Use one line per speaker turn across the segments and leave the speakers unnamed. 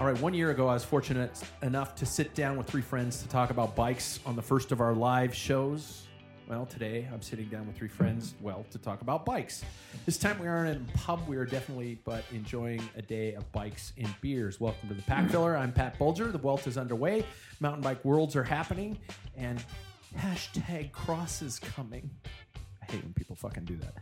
All right, one year ago, I was fortunate enough to sit down with three friends to talk about bikes on the first of our live shows. Well, today I'm sitting down with three friends, well, to talk about bikes. This time we aren't in a pub, we are definitely but enjoying a day of bikes and beers. Welcome to the Pack Filler. I'm Pat Bulger. The Welt is underway. Mountain bike worlds are happening, and hashtag cross is coming. I hate when people fucking do that.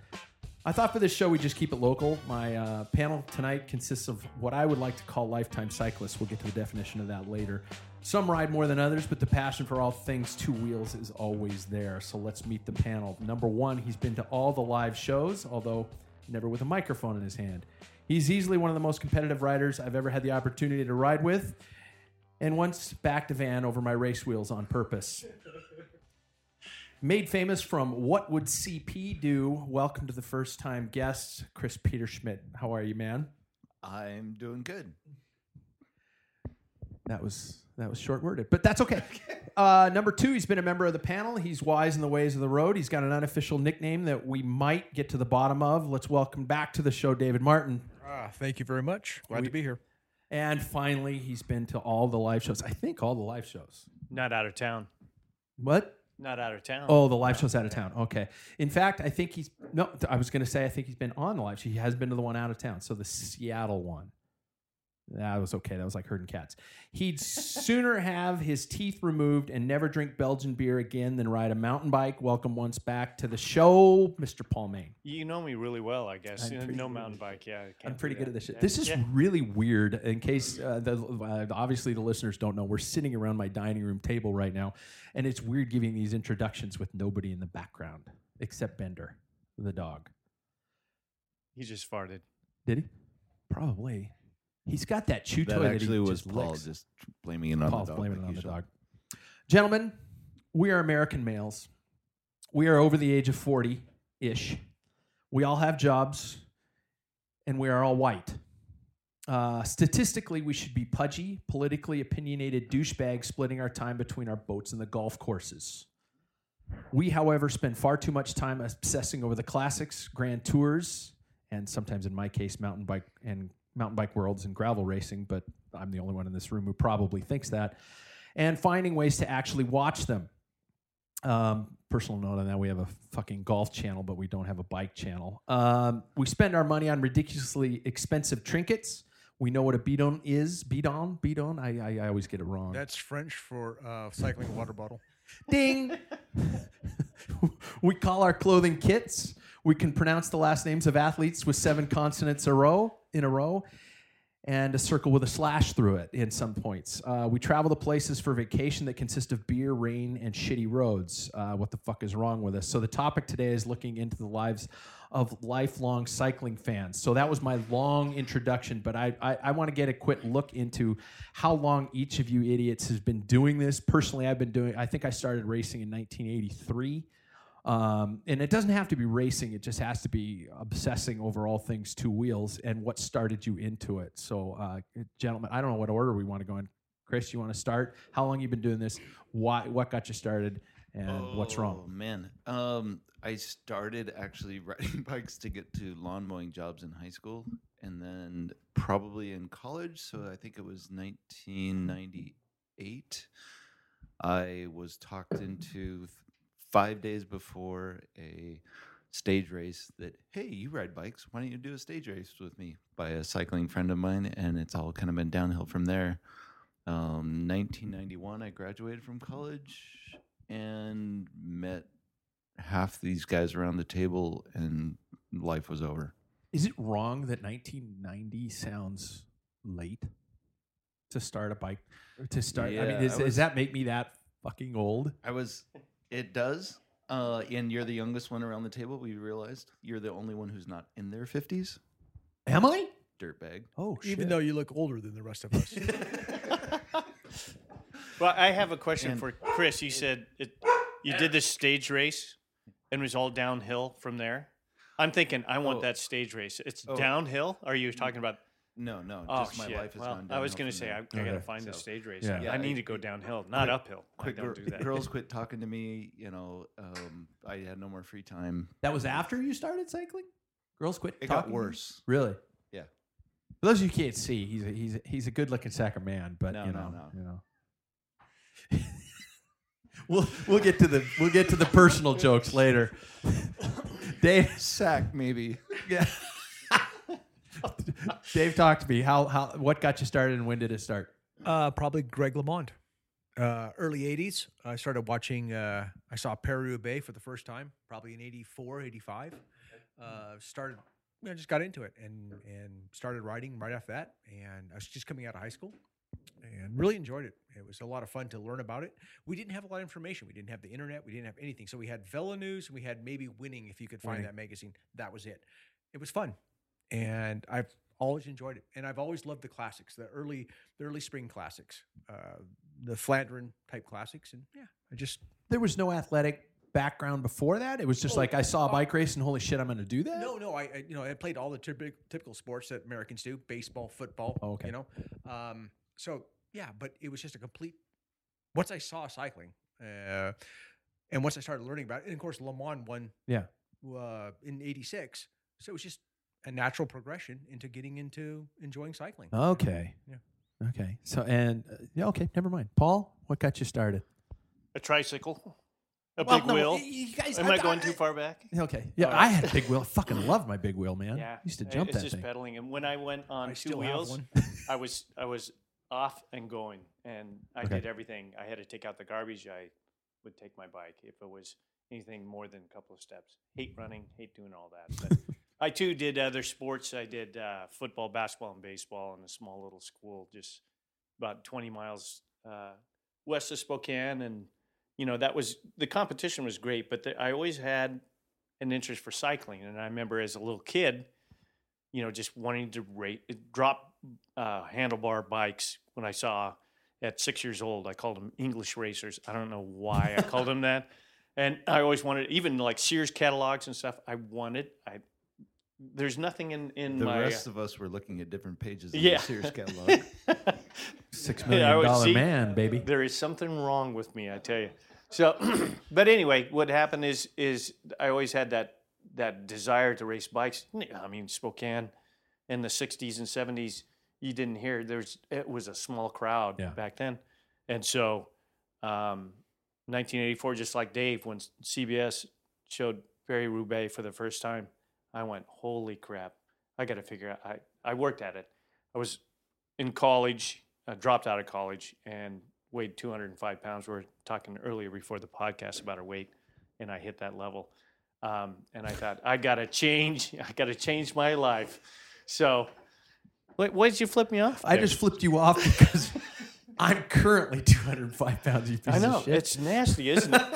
I thought for this show we'd just keep it local. My uh, panel tonight consists of what I would like to call lifetime cyclists. We'll get to the definition of that later. Some ride more than others, but the passion for all things two wheels is always there. So let's meet the panel. Number one, he's been to all the live shows, although never with a microphone in his hand. He's easily one of the most competitive riders I've ever had the opportunity to ride with, and once backed a van over my race wheels on purpose. Made famous from What Would CP Do? Welcome to the first time guest, Chris Peter Schmidt. How are you, man?
I'm doing good.
That was that was short worded, but that's okay. Uh, number two, he's been a member of the panel. He's wise in the ways of the road. He's got an unofficial nickname that we might get to the bottom of. Let's welcome back to the show, David Martin.
Ah, thank you very much. Glad to be here.
And finally, he's been to all the live shows. I think all the live shows.
Not out of town.
What?
Not out of town.
Oh, the live show's out of town. Okay. In fact, I think he's no. th- I was going to say I think he's been on the live show. He has been to the one out of town. So the Seattle one. That was okay. That was like herding cats. He'd sooner have his teeth removed and never drink Belgian beer again than ride a mountain bike. Welcome once back to the show, Mr. Paul Maine.
You know me really well, I guess.
I'm
You know,
pretty
no
good.
mountain bike. Yeah, I
I'm
can't
pretty
do
good
that.
at this shit.
Yeah.
This is
Yeah.
really weird. In case uh, the, uh, obviously the listeners don't know, we're sitting around my dining room table right now, and it's weird giving these introductions with nobody in the background except Bender, the dog.
He just farted.
Did he? Probably. He's got that chew
That
toy that
actually
he
was
just
Paul
licks.
just blaming it on
Paul's
the dog.
blaming
like
it on the
usual.
dog. Gentlemen, we are American males. We are over the age of 40 ish. We all have jobs, and we are all white. Uh, statistically, we should be pudgy, politically opinionated douchebags splitting our time between our boats and the golf courses. We, however, spend far too much time obsessing over the classics, grand tours, and sometimes, in my case, mountain bike and mountain bike worlds and gravel racing. But I'm the only one in this room who probably thinks that. And finding ways to actually watch them. Um, personal note on that: we have a fucking golf channel, but we don't have a bike channel. Um, we spend our money on ridiculously expensive trinkets. We know what a bidon is. Bidon, bidon. I, I, I always get it wrong.
That's French for uh, cycling water bottle.
Ding. we call our clothing kits. We can pronounce the last names of athletes with seven consonants a row in a row. and a circle with a slash through it in some points. Uh, we travel to places for vacation that consist of beer, rain, and shitty roads. Uh, what the fuck is wrong with us? So the topic today is looking into the lives of lifelong cycling fans. So that was my long introduction, but I I, I want to get a quick look into how long each of you idiots has been doing this. Personally, I've been doing. I think I started racing in 1983. Um, and it doesn't have to be racing. It just has to be obsessing over all things two wheels and what started you into it. So, uh, gentlemen, I don't know what order we want to go in. Chris, you want to start? How long you been doing this? Why? What got you started? And what's
Oh,
wrong?
man. Um, I started actually riding bikes to get to lawn mowing jobs in high school and then probably in college. So I think it was 1998. I was talked into th- five days before a stage race that, hey, you ride bikes. Why don't you do a stage race with me by a cycling friend of mine? And it's all kind of been downhill from there. Um, 1991, I graduated from college and met half these guys around the table, and life was over.
Is it wrong that 1990 sounds late to start a bike? or To start, I
Yeah,
mean, is,
I
does
was-
that make me that fucking old?
I was, it does. Uh, and you're the youngest one around the table. We realized you're the only one who's not in their 50s.
Am I?
Dirtbag.
Oh, shit.
Even though you look older than the rest of us.
Well, I have a question
And-
for Chris. You said it, you did this stage race and it was all downhill from there. I'm thinking, I want
Oh.
that stage race. It's
Oh.
downhill? Are you
Mm-hmm.
talking about?
No, no,
Oh,
just my
shit.
life is
well,
gone
I was
downhill
going
from
to say,
there.
I, I got to
Okay.
find the
So,
stage race.
yeah.
Yeah,
I
I-
need to go downhill, not uphill.
Quick,
I don't do that.
girls quit talking to me. You know, um, I had no more free time.
That was after you started cycling. Girls quit.
It
talking
got
to you?
worse.
Really?
Yeah.
For those of you who can't see, he's a, he's a, he's a good looking sack of man, but
No,
you know,
no, no.
you know. we'll we'll get to the we'll get to the personal jokes later. Dave,
Sack, maybe.
yeah. Dave, talk to me. How how what got you started and when did it start?
Uh, probably Greg LeMond. Uh, early 80s, I started watching, uh, I saw Peru Bay for the first time, probably in 84, 85. Uh, started, I just got into it and, and started writing right after that. And I was just coming out of high school and really enjoyed it. It was a lot of fun to learn about it. We didn't have a lot of information. We didn't have the internet. We didn't have anything. So we had Vela News and we had maybe Winning if you could find
Winning.
that magazine. That was it. It was fun. And I've always enjoyed it. And I've always loved the classics, the early the early spring classics, uh, the Flandrin type classics, and yeah, I just
There was no athletic background before that. It was just
Oh,
like I saw a
uh,
bike race and holy shit, I'm going to do that.
no, no, I, I you know I played all the typical typical sports that Americans do: baseball, football.
Oh, okay.
you know, um, so yeah, but it was just a complete. Once I saw cycling, uh, and once I started learning about it, and of course Le Mans won,
Yeah.
uh, in '86, so it was just a natural progression into getting into enjoying cycling.
Okay.
Yeah.
Okay. So and uh, yeah, okay, never mind. Paul, what got you started?
A tricycle? A
Well,
big
no,
wheel?
y- you guys-
Am
I-
I going
I-
too far back?
Okay. Yeah,
All
I
right.
had a big wheel. Fucking love my big wheel, man.
Uh, Yeah,
Used to
I-
jump
It's
that
just
thing.
pedaling, and when I went on
I
two
still have
wheels,
one.
I was I was off and going, and I
Okay.
did everything. I had to take out the garbage. I would take my bike if it was anything more than a couple of steps. Hate running, hate doing all that. But I too did other sports. I did uh, football, basketball, and baseball in a small little school, just about 20 miles uh, west of Spokane, and you know that was the competition was great, but the, I always had an interest for cycling, and I remember as a little kid, you know, just wanting to rate, drop uh, handlebar bikes when I saw at six years old. I called them English racers. I don't know why I called them that, and I always wanted even like Sears catalogs and stuff. I wanted I. There's nothing in in
The
my uh,
rest of us were looking at different pages of
yeah
the Sears catalog.
Six
Yeah, I
million
would
dollar
see-
man, baby.
There is something wrong with me, I tell you. So, but anyway, what happened is is I always had that that desire to race bikes. N- I mean, Spokane in the '60s and '70s, you didn't hear there's it was a small crowd
Yeah.
back then, and so um, 1984, just like Dave, when CBS showed Barry Roubaix for the first time, I went, "Holy crap! I got to figure out." I I worked at it. I was in college, uh, dropped out of college, and weighed 205 pounds. We were talking earlier before the podcast about our weight, and I hit that level. Um, and I thought, I gotta change. I gotta change my life. So Wait, why did you flip me off?
I
there?
just flipped you off because I'm currently 205 pounds. You piece
I know
Of shit.
it's nasty, isn't it?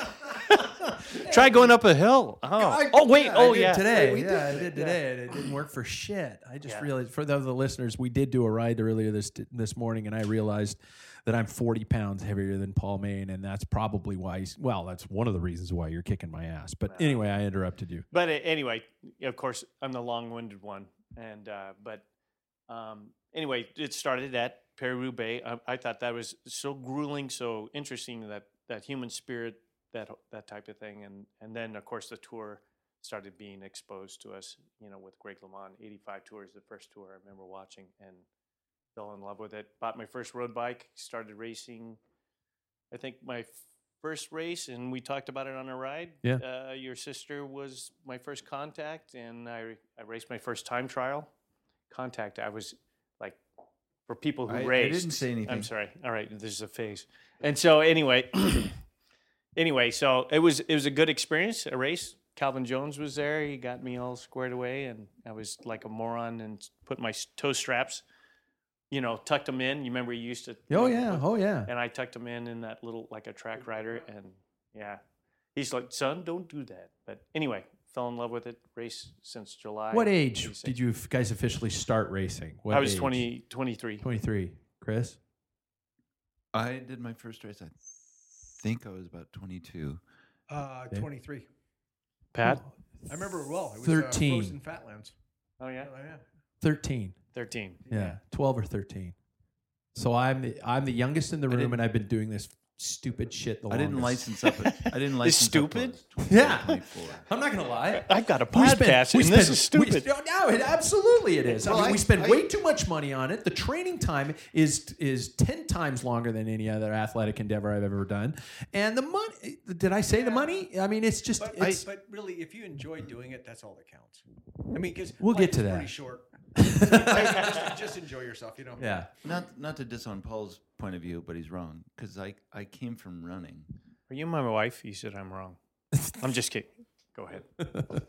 Try going up a hill. Oh,
I-
oh wait.
yeah, I
oh
did
yeah.
today. yeah, I did today, and it didn't work for shit. I just
Yeah.
realized for those of the listeners, we did do a ride earlier this this morning, and I realized that I'm 40 pounds heavier than Paul Maine, and that's probably why. He's, well, that's one of the reasons why you're kicking my ass. But anyway, I interrupted you.
But a- anyway, of course, I'm the long-winded one, and uh, but um, anyway, it started at Peru Bay. I, I thought that was so grueling, so interesting that that human spirit, that wh- that type of thing, and and then of course the tour started being exposed to us. You know, with Greg LeMond, 85 tours, the first tour I remember watching, and fell in love with it. Bought my first road bike, started racing. I think my f- first race, and we talked about it on a ride.
Yeah.
Uh, your sister was my first contact, and I, I raced my first time trial. Contact, I was like, for people who
I- I
raced.
didn't say anything.
I'm sorry. All right, this is a phase. And so, anyway, anyway, so it was it was a good experience, a race. Calvin Jones was there. He got me all squared away, and I was like a moron and put my s- toe straps, you know, tucked them in. You remember you used to?
Oh yeah, oh yeah.
And I tucked him in in that little like a track rider, and yeah, he's like, son, don't do that. But anyway, fell in love with it. Race since July.
What
of
age
86.
did you f- guys officially start racing? What
I was
age?
20, 23.
23. Chris,
I did my first race. I think I was about 22.
Uh,
Okay.
23.
Pat.
oh.
I remember it well. It was, Uh,
13.
frozen Fatlands.
Oh yeah,
Oh, yeah.
13.
thirteen.
Yeah, 12 or 13. So I'm the, I'm the youngest in the room,
didn't-
and I've been doing this stupid shit the
I
longest.
didn't license up. at- I didn't license
stupid?
Up till I was 23,
Yeah.
24.
I'm not gonna lie.
I've got a
We spent-
podcast,
we
and this
spent-
is stupid.
We, no, it, absolutely it is. I
Well,
mean,
I-
we spend
I-
way too much money on it. The training time is is ten times longer than any other athletic endeavor I've ever done. And the money, did I say the money? I mean, it's just.
But,
it's,
but really, if you enjoy doing it, that's all that counts. I mean, because
We'll get to that.
Pretty short. just, just enjoy yourself, you know.
yeah,
Not not to diss on Paul's point of view, but he's wrong because I I came from running.
Are you my wife? You said I'm wrong. I'm just kidding. Go ahead.
you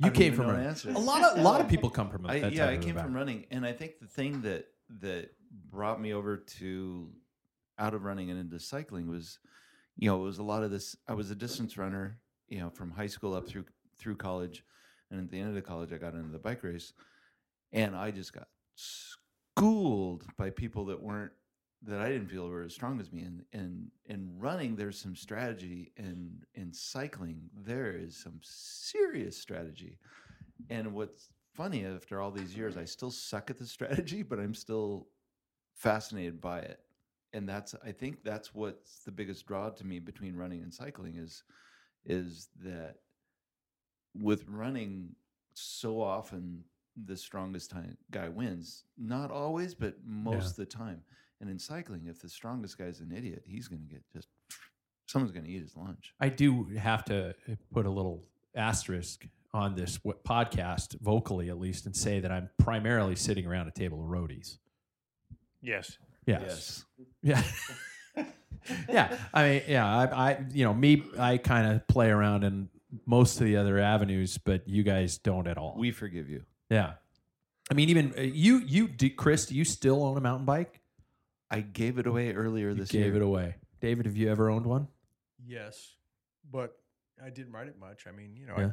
don't
came
even
from
know an
running.
answer.
A lot of a lot of people come from.
I,
that
yeah,
type
I
of
came from
background.
running, and I think the thing that that brought me over to out of running and into cycling was, you know, it was a lot of this. I was a distance runner, you know, from high school up through through college, and at the end of the college, I got into the bike race, and I just got schooled by people that weren't that I didn't feel were as strong as me. And and and running, there's some strategy, and in cycling, there is some serious strategy. And what's funny, after all these years, I still suck at the strategy, but I'm still fascinated by it. And that's I think that's what's the biggest draw to me between running and cycling is is that with running so often the strongest time, guy wins. Not always, but most
Yeah.
of the time. And in cycling, if the strongest guy's an idiot, he's going to get just someone's going to eat his lunch.
I do have to uh, put a little asterisk on this w- podcast, vocally at least, and say that I'm primarily sitting around a table of roadies.
Yes.
yes. Yeah. yeah. I mean, yeah, I, I, you know, me, I kind of play around in most of the other avenues, but you guys don't at all.
we forgive you.
yeah. I mean, even uh, you, you, do, Chris, do you still own a mountain bike?
I gave it away earlier
You
this
gave
year.
it away. David, have you ever owned one?
Yes, but I didn't write it much. I mean, you know,
Yeah.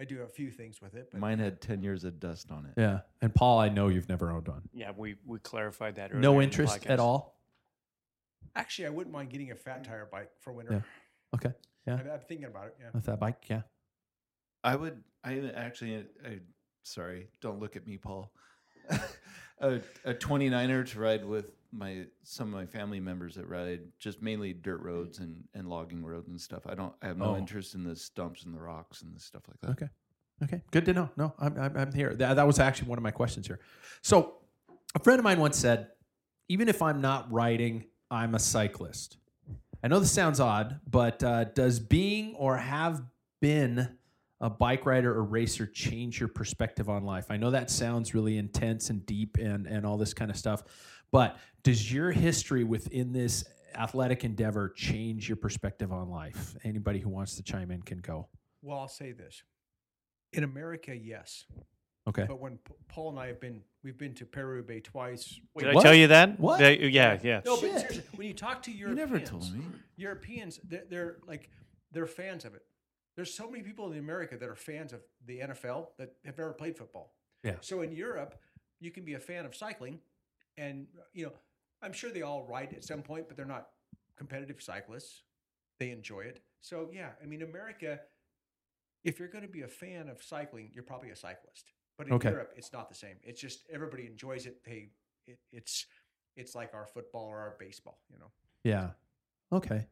I, I do a few things with it. But
Mine had 10 years of dust on it.
Yeah. And Paul, I know you've never owned one.
Yeah, we we clarified that. earlier in
No
the
interest at
podcast.
all.
actually, I wouldn't mind getting a fat tire bike for winter.
Okay. Yeah.
I, I'm thinking about it. Yeah.
With that bike. Yeah.
I would, I actually, I, sorry, don't look at me, Paul. a, a 29er to ride with my some of my family members that ride just mainly dirt roads and, and logging roads and stuff. I don't, I have no
Oh.
interest in the stumps and the rocks and the stuff like that.
Okay. Okay. Good to know. No, I'm, I'm, I'm here. That, that was actually one of my questions here. So, a friend of mine once said, even if I'm not riding, I'm a cyclist. I know this sounds odd, but uh, does being or have been a bike rider or racer change your perspective on life? I know that sounds really intense and deep and, and all this kind of stuff, but does your history within this athletic endeavor change your perspective on life? Anybody who wants to chime in can go.
Well, I'll say this: in America, yes.
Okay.
But when P- Paul and I have been, we've been to Peru Bay twice. Wait,
Did
What?
I tell you that?
What?
They- yeah, yeah.
no, but
Shit.
seriously, when you talk to
You
Europeans,
never told me.
Europeans, they're, they're like they're fans of it. There's so many people in America that are fans of the NFL that have never played football.
Yeah.
So in Europe, you can be a fan of cycling, and you know, I'm sure they all ride at some point, but they're not competitive cyclists. They enjoy it. So yeah, I mean, America, if you're going to be a fan of cycling, you're probably a cyclist. But in
Okay.
Europe, it's not the same. It's just everybody enjoys it. They, it, it's, it's like our football or our baseball. You know.
Yeah. Okay.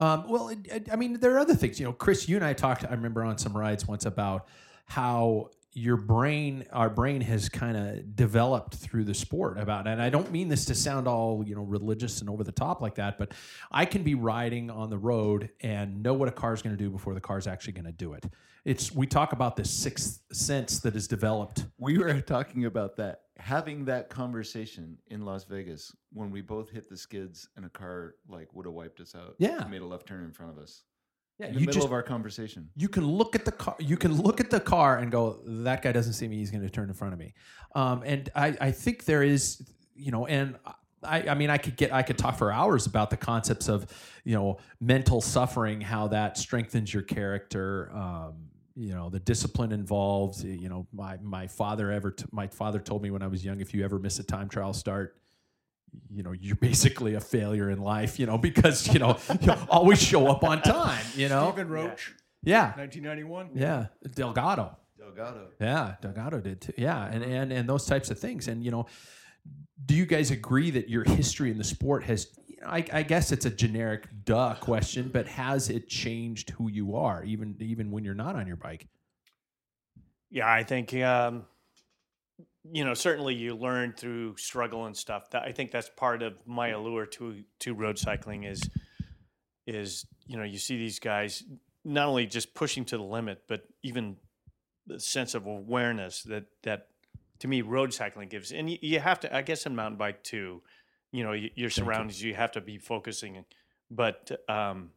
Um, well, it, it- I mean, there are other things. You know, Chris, you and I talked. I remember on some rides once about how your brain, our brain, has kind of developed through the sport. About, and I don't mean this to sound all you know religious and over the top like that, but I can be riding on the road and know what a car's going to do before the car's actually going to do it. It's we talk about this sixth sense that is developed.
We were talking about that, having that conversation in Las Vegas when we both hit the skids and a car like would have wiped us out.
Yeah.
made a left turn in front of us.
Yeah,
in the
you
middle
just
of our conversation.
you can look at the car you can look at the car and go that guy doesn't see me he's going to turn in front of me um, and I, I think there is you know and I, I mean i could get i could talk for hours about the concepts of you know mental suffering how that strengthens your character um, you know the discipline involved you know my my father ever t- my father told me when i was young if you ever miss a time trial start you know you're basically a failure in life you know because you know you always show up on time you know
Stephen Roach,
yeah
1991.
yeah, Delgado.
Delgado.
Yeah, Delgado did too. Yeah, and and and those types of things. And you know, do you guys agree that your history in the sport has? You know, I, I guess it's a generic duh question, but has it changed who you are, even even when you're not on your bike?
Yeah, I think um, you know certainly you learn through struggle and stuff. That I think that's part of my allure to to road cycling is is you know you see these guys not only just pushing to the limit, but even the sense of awareness that that to me road cycling gives. And you, you have to, I guess, in mountain bike too. You know, y- your surroundings, you have to be focusing. But um,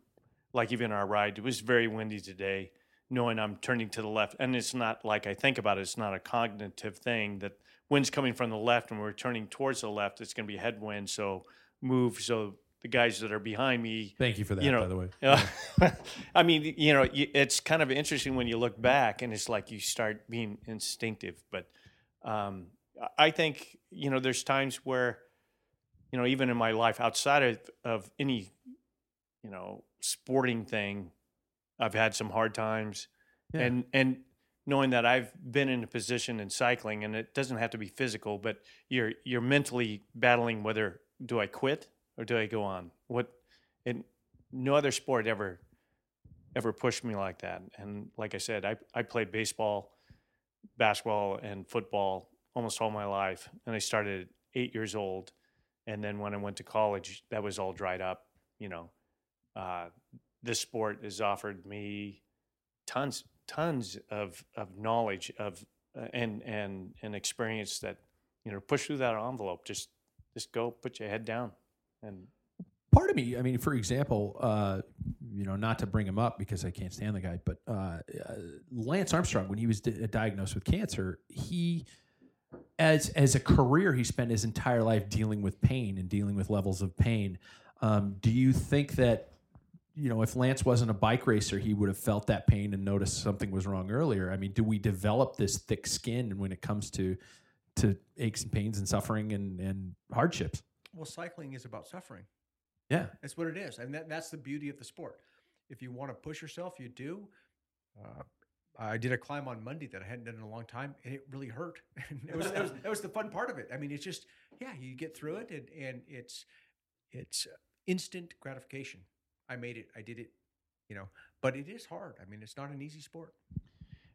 like even our ride, it was very windy today knowing I'm turning to the left. And it's not like I think about it, it's not a cognitive thing that wind's coming from the left and we're turning towards the left, it's going to be headwind. So move. So the guys that are behind me,
Thank you for that,
You know,
by the way.
uh, I mean, you know, you- it's kind of interesting when you look back and it's like you start being instinctive. But um, I- I think, you know, there's times where, you know, even in my life outside of, of any, you know, sporting thing, I've had some hard times.
Yeah.
And, and, knowing that I've been in a position in cycling and it doesn't have to be physical, but you're you're mentally battling whether do I quit or do I go on? What and no other sport ever ever pushed me like that. And like I said, I, I played baseball, basketball and football almost all my life. And I started at eight years old. And then when I went to college, that was all dried up, you know. Uh, this sport has offered me tons tons of of knowledge of uh, and and and experience that you know push through that envelope just just go put your head down and
part of me i mean for example uh you know not to bring him up because i can't stand the guy but uh, uh lance armstrong when he was di- diagnosed with cancer he as as a career he spent his entire life dealing with pain and dealing with levels of pain um do you think that you know if lance wasn't a bike racer he would have felt that pain and noticed something was wrong earlier i mean do we develop this thick skin when it comes to to aches and pains and suffering and and hardships
Well, cycling is about suffering.
yeah
That's what it is, and that, that's the beauty of the sport. If you want to push yourself, you do. Uh, I did a climb on Monday that I hadn't done in a long time, and it really hurt. And it was, that, was, that was the fun part of it. I mean, it's just yeah, you get through it, and, and it's it's instant gratification. I made it. I did it. You know, but it is hard. I mean, it's not an easy sport.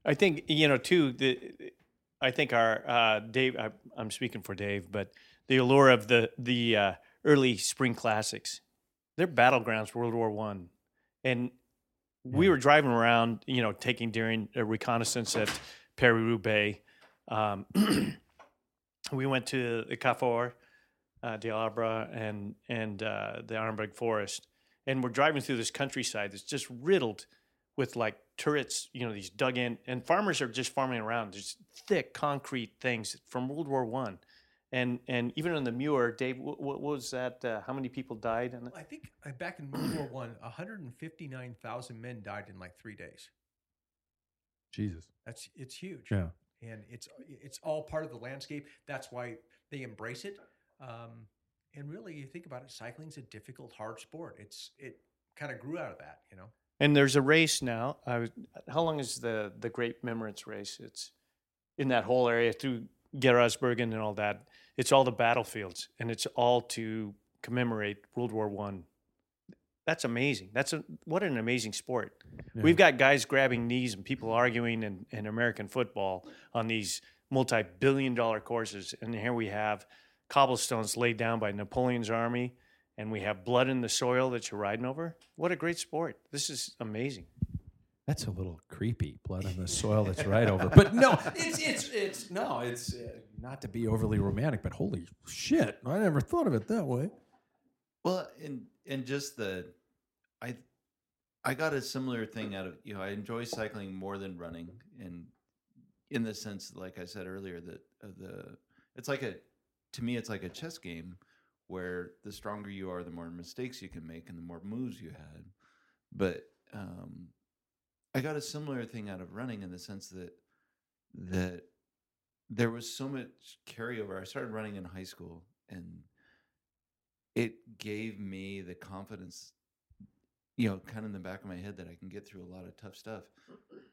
I think you know too. The I think our uh, Dave. I, I'm speaking for Dave, but the allure of the the uh, early spring classics, they're battlegrounds for World War One, and we were driving around, you know, taking during a reconnaissance at Perry Roubaix. Um, we went to the Cafor, uh, de Arbra, and and uh, the Arnberg Forest, and we're driving through this countryside that's just riddled with like turrets, you know, these dug in, and farmers are just farming around these thick concrete things from World War One, and and even on the Muir, Dave, what, what was that? Uh, how many people died? And
I think uh, back in World War One, 159,000 men died in like three days.
Jesus.
That's it's huge.
Yeah.
and it's it's all part of the landscape. That's why they embrace it. Um, and really, you think about it, cycling's a difficult, hard sport. It's it kind of grew out of that, you know.
and there's a race now. I was, how long is the the Great Memorance race? It's in that whole area through Gerasbergen and all that. It's all the battlefields, and it's all to commemorate World War One. That's amazing. That's a, what an amazing sport. We've got guys grabbing knees and people arguing in, in American football on these multi-billion-dollar courses, and here we have cobblestones laid down by Napoleon's army, and we have blood in the soil that you're riding over. What a great sport! This is amazing.
That's a little creepy. Blood on the soil that's right over. But no, it's it's it's no, it's uh, not to be overly romantic, but holy shit, I never thought of it that way.
Well, and and just the, I, I got a similar thing out of you know I enjoy cycling more than running, and in the sense, like I said earlier, that of the it's like a, to me, it's like a chess game, where the stronger you are, the more mistakes you can make, and the more moves you had. But um, I got a similar thing out of running in the sense that that there was so much carryover. I started running in high school and it gave me the confidence you know kind of in the back of my head that i can get through a lot of tough stuff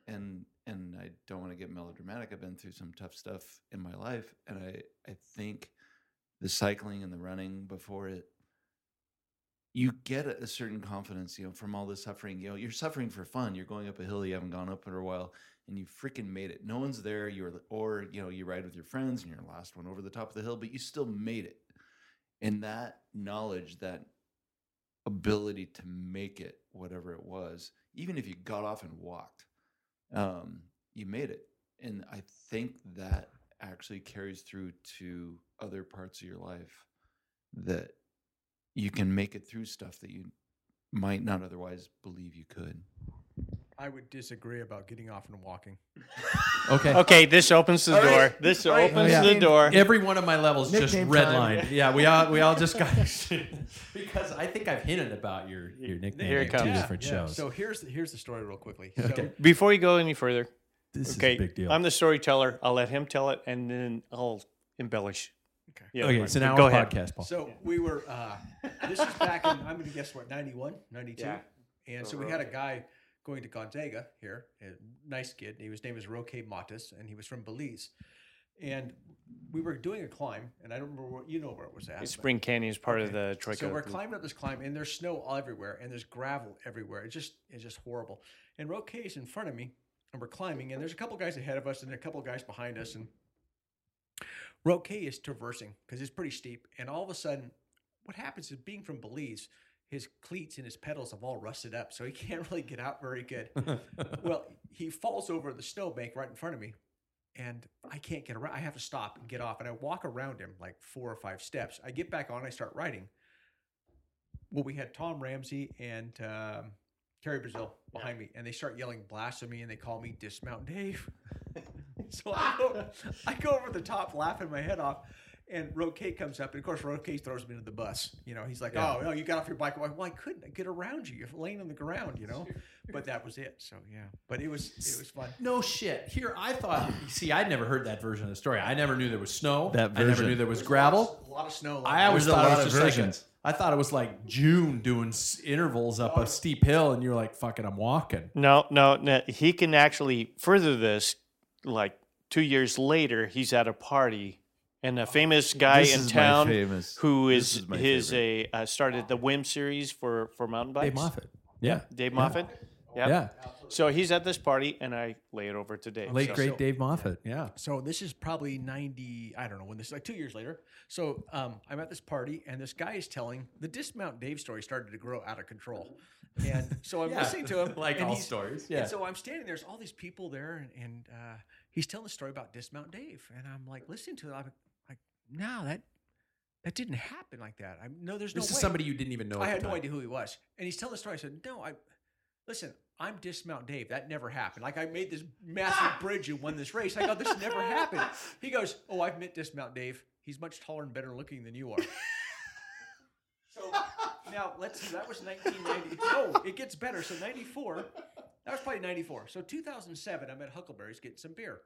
and and i don't want to get melodramatic i've been through some tough stuff in my life and i i think the cycling and the running before it you get a a certain confidence you know from all the suffering you know you're suffering for fun you're going up a hill you haven't gone up in a while and you freaking made it no one's there you're the- or you know you ride with your friends and you're the last one over the top of the hill but you still made it and that knowledge that ability to make it whatever it was even if you got off and walked um, you made it and i think that actually carries through to other parts of your life that you can make it through stuff that you might not otherwise believe you could
I would disagree about getting off and walking.
Okay.
Okay, this opens the
All
door.
right.
This
All right.
opens
Oh, yeah.
the door.
Every one of my levels just
Nickname
redlined. Yeah, we all we all just got because I think I've hinted about your your nickname
Here it
in two
comes.
different shows.
So here's the, here's the story real quickly. So
Okay.
Before we go any further,
this
okay,
is a big deal.
I'm the storyteller. I'll let him tell it, and then I'll embellish.
Okay.
Yeah,
okay, it's an hour
go ahead.
podcast, Paul.
So we were, uh, this is back in, I'm going to guess what, 91, 92?
Yeah.
And so we had a guy going to Gonzaga here, a nice kid. and His name is Roque Matas, and he was from Belize. And we were doing a climb, and I don't remember what, you know where it was at.
It's
but-
Spring Canyon is part of
Okay.
the Troika.
So we're climbing up this climb, and there's snow all everywhere, and there's gravel everywhere. It's just it's just horrible. And Roque's in front of me, and we're climbing, and there's a couple guys ahead of us, and a couple guys behind us, and Roque is traversing because it's pretty steep. And all of a sudden, what happens is being from Belize, his cleats and his pedals have all rusted up, so he can't really get out very good. well, he falls over the snowbank right in front of me, and I can't get around. I have to stop and get off. And I walk around him like four or five steps. I get back on. I start riding. Well, we had Tom Ramsey and um, Terry Brazil behind me, and they start yelling blasphemy, and they call me Dismount Dave. so I go, I go over the top, laughing my head off. And Roque comes up, and of course, Roque throws me into the bus. You know, he's like, "Oh, no, you got off your bike." I'm like, well, I couldn't get around you. You're laying on the ground, you know. But that was it. So yeah, but it was it was fun.
No shit. Here, I thought. See, I'd never heard that version of the story. I never knew there was snow.
That
I never
version.
knew there was gravel.
A lot of snow.
I always
There's a
thought it
lot
was
of
just like a,
versions.
I thought it was like June doing s- intervals up
Oh.
a steep hill, and you're like, "Fuck it, I'm walking."
No, no, no. He can actually further this. Like two years later, he's at a party, and a famous guy
This
in
is my
town
famous-
who
this
is,
is my
his a uh, started the Whim series for for mountain bikes.
Dave Moffat. Yeah.
Dave Moffat. Yep.
Yeah.
So he's at this party, and I lay it over to Dave.
Late
So-
great Dave Moffat. Yeah.
so this is probably 90 i don't know when this like two years later so um, i'm at this party and this guy is telling the dismount dave story started to grow out of control and so i'm
Yeah,
listening to him
like
and
all
he's-
stories,
and
yeah.
so i'm standing there, there's all these people there and, and uh, he's telling the story about dismount dave and i'm like listening to it i'm like no that that didn't happen like that i no there's no
This
way.
is somebody you didn't even know.
I
at
had
the
no
time.
idea who he was. And he's telling the story. I said, No, I listen, I'm Dismount Dave. That never happened. Like I made this massive bridge and won this race. I go, this never happened. He goes, oh, I've met Dismount Dave. He's much taller and better looking than you are. so now let's see. That was 1990. Oh, it gets better. So 94. That was probably 94. So 2007. I'm at Huckleberry's getting some beer,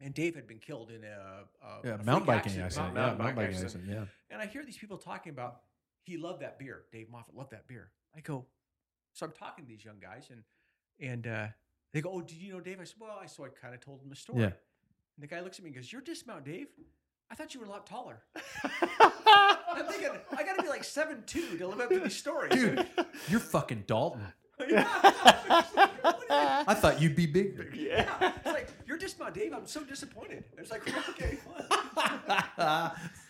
and Dave had been killed in a, a a
Yeah,
freak
mountain biking
accident.
accident.
Mountain-
Yeah,
mountain
mountain
bike
biking accident. Yeah.
and I hear these people talking about he loved that beer. Dave Moffat loved that beer. I go, so I'm talking to these young guys, and and uh, they go, oh, did you know Dave? I said, well, I so I kind of told him a story.
Yeah.
And the guy looks at me and goes, you're dismount, Dave. I thought you were a lot taller. I'm thinking I got to be like seven two to live up to these stories,
Dude, you're fucking Dalton.
Yeah. What do you-
I thought you'd be bigger.
yeah. It's like, you're dismount, Dave. I'm so disappointed. It's like, okay.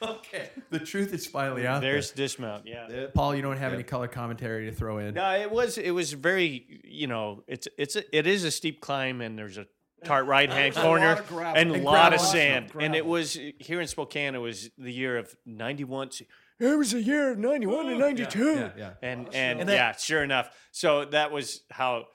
okay. The truth is finally out
There's dismount. Yeah.
There-
Paul, you don't have any color commentary to throw in.
No, it was it was very you know it's it's a, it is a steep climb and there's a tart right hand
There's a lot
corner
of gravel.
and a
And
lot of
gravel.
sand
Gravel.
and it was here in Spokane it was the year of ninety one. It was the year of ninety one
Oh,
and ninety two.
there. Yeah, yeah.
And and,
that-
yeah, sure enough. So that was how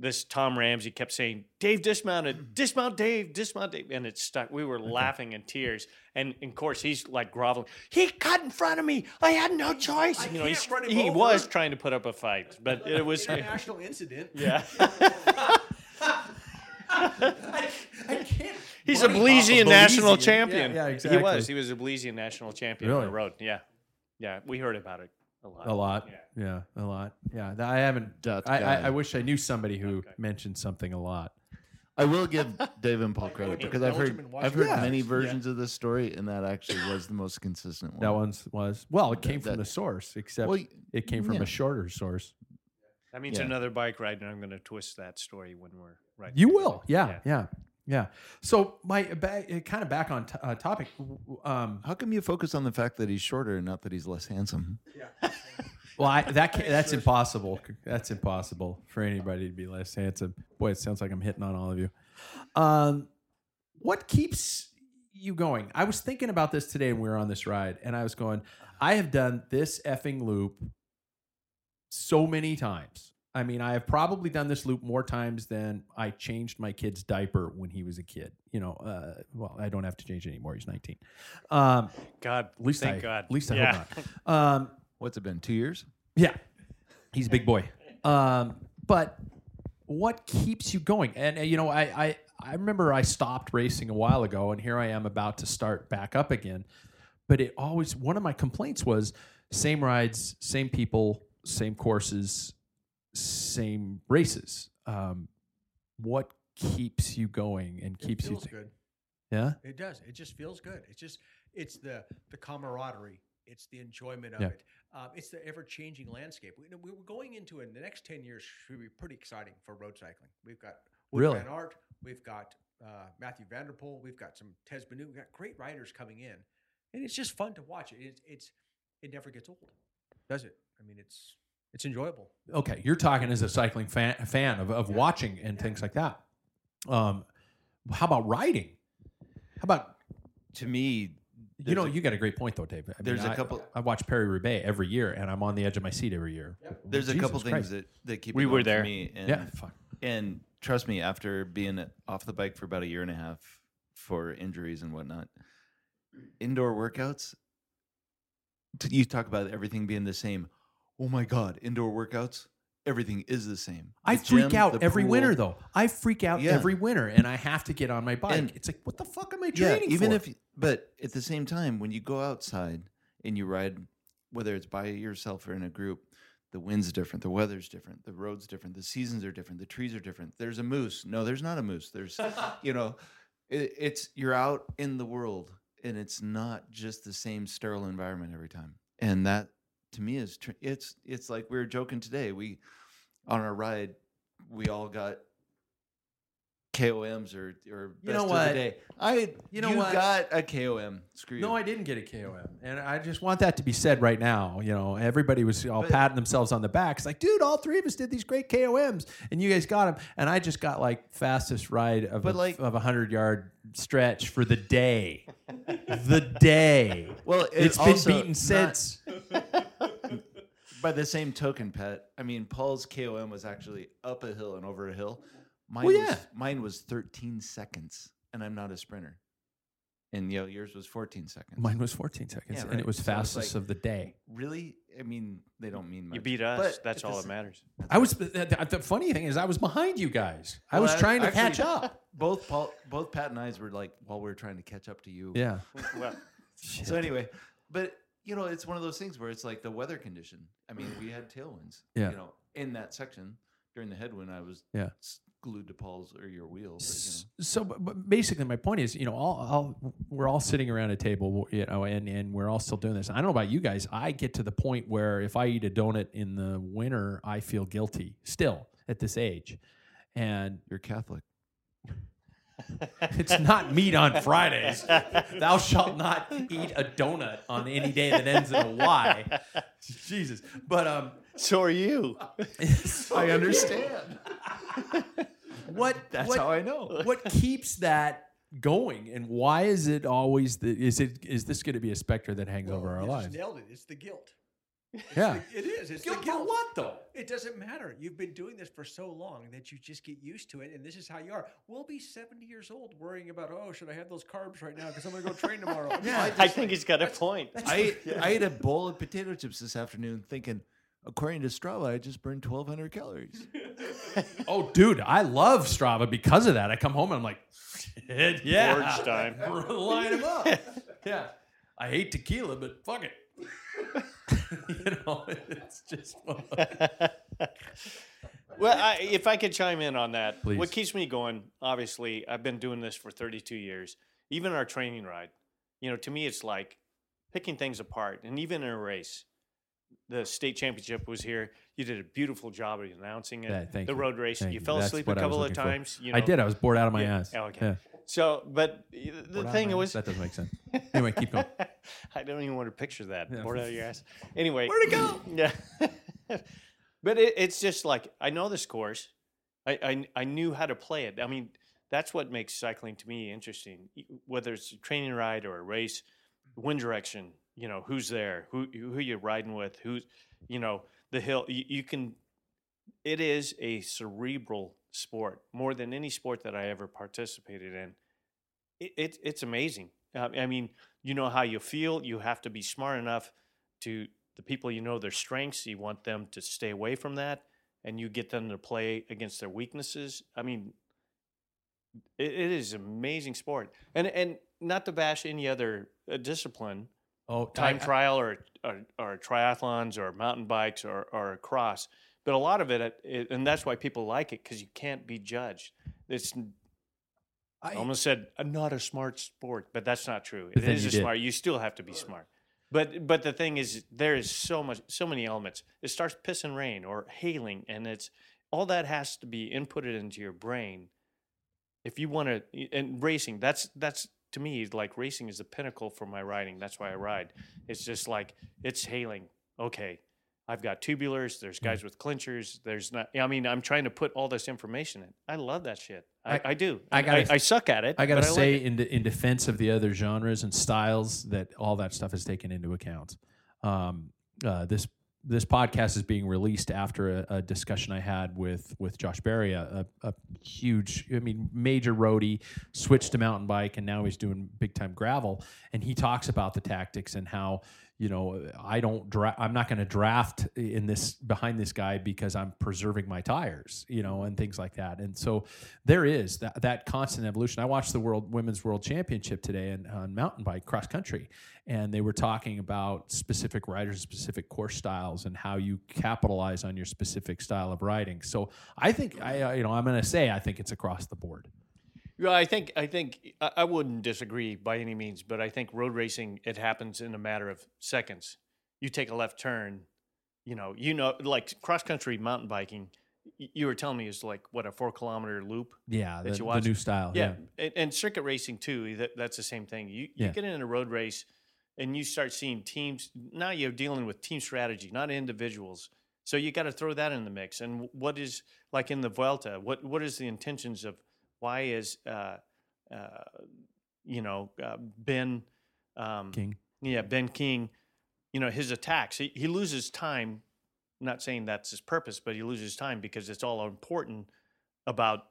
this Tom Ramsey kept saying, "Dave dismounted, dismount, Dave, dismount, Dave," and it stuck. We were laughing in tears, and, and of course he's like groveling. He cut in front of me. I had no choice.
I
you know, he's-
can't run him
he
over.
was trying to put up a fight, but it was
international incident.
yeah.
I, I can't.
He's a
Money off of
Belizean national
Belizean.
champion.
Yeah, yeah,
He was.
exactly.
He was a Belizean national champion on
Really?
the road. Yeah, yeah. We heard about it a lot.
A lot. Yeah. a lot. Yeah. th- I haven't.
That
I, I,
guy.
I wish I knew somebody who mentioned something a lot.
I will give Dave and Paul credit
hate
because I've
Belgium
heard
and
I've
Washington.
heard
Yeah.
many versions of this story, and that actually was the most consistent one.
That one's was well. It came from
that-
the source, except
Well,
it came from
yeah.
a shorter source.
That means
Yeah.
another bike ride, and I'm going to twist that story when we're right.
You will, yeah, yeah, yeah. So my back, kind of back on t- uh, topic. w- w- Um,
How come you focus on the fact that he's shorter and not that he's less handsome?
well, I, that ca- that's impossible. That's impossible for anybody to be less handsome. Boy, it sounds like I'm hitting on all of you. Um, what keeps you going? I was thinking about this today when we were on this ride, and I was going, I have done this effing loop so many times. I mean, I have probably done this loop more times than I changed my kid's diaper when he was a kid. You know, uh, well, I don't have to change it anymore. He's 19. Um,
God,
at least
thank
I,
God.
At least I
yeah.
hope not. Um,
What's it been? Two years?
yeah, he's a big boy. Um, but what keeps you going? And uh, you know, I, I I remember I stopped racing a while ago, and here I am about to start back up again. But it always one of my complaints was same rides, same people, same courses, same races. Um, what keeps you going and keeps
it
you?
feels good.
yeah,
It does. It just feels good. It's just it's the the camaraderie. It's the enjoyment of
Yeah.
it. Um, it's the ever changing landscape. We, we're going into it. The next ten years should be pretty exciting for road cycling. We've got Wood
Really?
Van Aert. We've got uh, Matthew Vanderpool. We've got some Tez Benu. We've got great riders coming in, and it's just fun to watch. It, it's it's it never gets old, does it? I mean, it's it's enjoyable.
okay, you're talking as a cycling fan, fan of, of watching and things like that. Um, how about riding? How about
To me,
you
There's
know
a-
you got a great point though, Dave. I mean,
there's a
I-
couple-
I watch Perry Roubaix every year, and I'm on the edge of my seat every year.
there's a
Jesus
couple
Christ.
things that, that keep
We
it
were
going for
there.
me. And,
yeah, fuck.
and trust me, after being off the bike for about a year and a half for injuries and whatnot, indoor workouts, t- you talk about everything being the same. Oh my God, indoor workouts, everything is the same.
I
The
freak
gym,
out
the
every
pool,
winter though. I freak out
Yeah.
every winter, and I have to get on my bike.
And-
it's like, what the fuck am I
Yeah,
training
even
for?
if, but at the same time, when you go outside and you ride, whether it's by yourself or in a group, the wind's different, the weather's different, the road's different, the seasons are different, the trees are different. There's a moose. No, there's not a moose. There's, you know, it, it's you're out in the world, and it's not just the same sterile environment every time. And that to me is tr- it's it's like we were joking today. We on our ride, we all got. KOMs or or best
You know
of
what?
the day. I
You know
you
what?
got a KOM. Screw
no,
you.
I didn't get a KOM, and I just want that to be said right now. You know, everybody was all patting themselves on the back. It's like, dude, all three of us did these great KOMs, and you guys got them, and I just got like fastest ride of
But,
a,
like-
of a hundred yard stretch for the day, the day.
Well, it
it's been
also
beaten
not-
since.
by the same token, Pat, I mean Paul's KOM was actually up a hill and over a hill. Mine
Well,
was
yeah.
mine was 13 seconds, and I'm not a sprinter. And you know, yours was 14 seconds.
Mine was 14 seconds,
Yeah,
and
right.
it was
So it's
fastest
like-
of the day.
really? I mean, they don't mean much.
You beat
but
us.
at
That's
the
all that
sa-
matters.
I was the, the, the funny thing is I was behind you guys. I
Well,
was trying to
actually,
catch up.
Both Paul, both Pat and I's were like while we were trying to catch up to you.
Yeah.
Well,
So anyway, but you know, it's one of those things where it's like the weather condition. I mean, we had tailwinds.
Yeah.
You know, in that section during the headwind, I was
Yeah.
s- glued to Paul's or your wheel. But, you know.
S- So, but, but basically, my point is, you know, all, all we're all sitting around a table, w- you know, and and we're all still doing this. I don't know about you guys. I get to the point where if I eat a donut in the winter, I feel guilty still at this age, and
You're Catholic.
it's not meat on Fridays. Thou shalt not eat a donut on any day that ends in a Y. Jesus, but um,
so are you.
Oh,
I understand.
what?
That's
what,
how I know.
what keeps that going and why is it always the, is it is this going to be a specter that hangs over our
you
lives
Just nailed it. It's the guilt.
yeah
It is. It's
Guilt
the
for
guilt.
what, though?
It doesn't matter. You've been doing this for so long that you just get used to it, and this is how you are. We'll be seventy years old worrying about oh, should I have those carbs right now because I'm going to go train tomorrow. yeah.
I think he's got a point.
I I ate a bowl of potato chips this afternoon, thinking, according to Strava, I just burned 1,200 calories.
oh dude i love strava because of that i come home and i'm like shit yeah
Gorge time.
line them up yeah i hate tequila but fuck it you know it's just
Well, I, if I could chime in on that,
Please.
what keeps me going, obviously, I've been doing this for 32 years. Even our training ride, you know, to me, it's like picking things apart. And even in a race, the state championship was here. You did a beautiful job of announcing it.
Yeah, thank
the
you.
road race,
Thank
you
you.
fell
That's
asleep a
what I was
couple of
looking for.
times. You know.
i did i was bored out of my
Yeah.
ass
Oh, okay.
Yeah.
So, but y- the
Bored out of
thing
my ass.
was,
that doesn't make sense anyway keep going
I don't even want to picture that.
Yeah.
Bored out of your ass. Anyway, where'd it go? Yeah, but it, it's just like I know this course. I, I I knew how to play it. I mean, that's what makes cycling to me interesting. Y- Whether it's a training ride or a race, wind direction. You know who's there, who who you're riding with, who's you know the hill. You, you can. It is a cerebral sport more than any sport that I ever participated in. It, it it's amazing. Uh, I mean, you know how you feel. You have to be smart enough to the people you know their strengths. You want them to stay away from that, and you get them to play against their weaknesses. I mean, it, it is amazing sport, and and not to bash any other uh, discipline,
oh
time
I-
trial or, or or triathlons or mountain bikes or or cross, but a lot of it, it and that's why people like it because you can't be judged. It's
I-
I almost said I'm not a smart sport, but that's not true.
But
it
then
is
you
a
did.
smart. You still have to be smart. But but the thing is, there is so much, so many elements. It starts piss and rain or hailing, and it's all that has to be inputted into your brain. If you want to, and racing, that's that's to me like racing is the pinnacle for my riding. That's why I ride. It's just like it's hailing. Okay, I've got tubulars. There's guys with clinchers. There's not. I mean, I'm trying to put all this information in. I love that shit. I,
I-
I, do.
I
I,
gotta-
I, suck at it.
I gotta
but like
say,
it.
in de- in defense of the other genres and styles, that all that stuff is taken into account. Um, uh, this this podcast is being released after a, a discussion I had with with Josh Berry, a, a, a huge, I mean, major roadie, switched to mountain bike, and now he's doing big time gravel. And he talks about the tactics and how you know I don't dra- I'm not going to draft in this behind this guy because I'm preserving my tires, you know, and things like that. And so there is that that constant evolution. I watched the world women's world championship today and on mountain bike cross country, and they were talking about specific riders, specific course styles, and how you capitalize on your specific style of riding. So I think I I- you know I'm going to say I think it's across the board.
Yeah, I think I think I, I wouldn't disagree by any means, but I think road racing it happens in a matter of seconds. You take a left turn, you know, you know, like cross country mountain biking. y- You were telling me is like what a four kilometer loop.
Yeah,
That
the,
you
the
watch.
new style. Yeah.
And, and circuit racing too. e, That, that's the same thing. You you
Yeah.
get in a road race, and you start seeing teams. Now you're dealing with team strategy, not individuals. So you got to throw that in the mix. And what is like in the Vuelta? What what is the intentions of why is uh, uh, you know uh, Ben um,
King.
yeah, Ben King, you know, his attacks, he, he loses time I'm not saying that's his purpose, but he loses time because it's all important about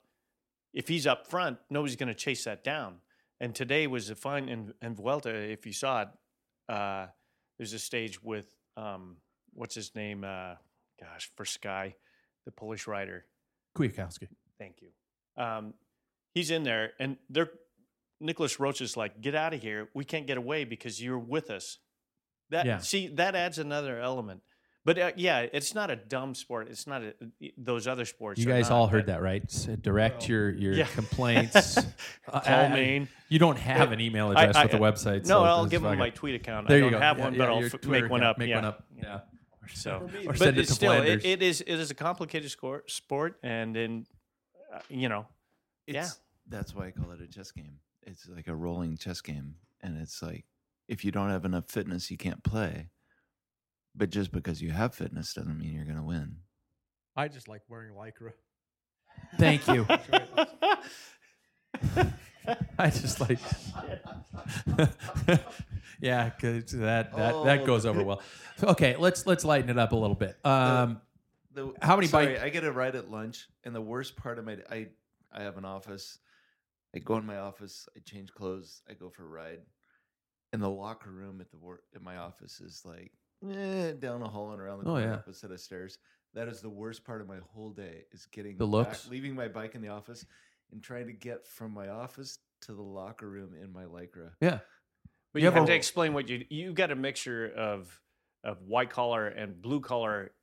if he's up front, nobody's going to chase that down. And today was a fine in, in Vuelta. If you saw it, uh, there's a stage with um, what's his name? Uh, gosh, for Sky, the Polish rider.
Kwiatkowski.
Thank you. Um, he's in there, and they're Nicholas Roach is like, "Get out of here! We can't get away because you're with us." That
Yeah.
see, that adds another element. But uh, yeah, it's not a dumb sport. It's not a, those other sports.
You
are
guys
not,
all heard
but-
that, right? S- direct your your
Yeah.
complaints. Uh,
Call
I-
me.
You don't have an email address
I-
with the
I-
website.
No,
so
I'll
this
give
is
them
fucking-
my tweet account.
There
I
you
don't
go.
have
Yeah,
one,
yeah,
but I'll
your
f-
Twitter
make one
account.
up.
Make
yeah.
one up. Yeah.
So,
Or
but
send it
it's
to
still,
Flanders.
it, it is it is a complicated score, sport, and in uh, you know, Yeah.
It's- That's why I call it a chess game. It's like a rolling chess game. And it's like, if you don't have enough fitness, you can't play. But just because you have fitness doesn't mean you're going to win.
I just like wearing lycra.
Thank you. I just like, yeah, 'cause that that that
Oh.
goes over well. Okay, let's let's lighten it up a little bit. Um,
The,
How many
sorry,
bike-
I get a ride at lunch, and the worst part of my I I have an office. I go in my office, I change clothes, I go for a ride, and the locker room at the work at my office is like eh, down a hall and around the
Oh,
corner,
yeah.
up a set of stairs. That is the worst part of my whole day is getting
The
back-
looks?
leaving my bike in the office, and trying to get from my office to the locker room in my lycra.
yeah, You
but you,
have
have,
a-
to explain what you you got a mixture of of white collar and blue collar.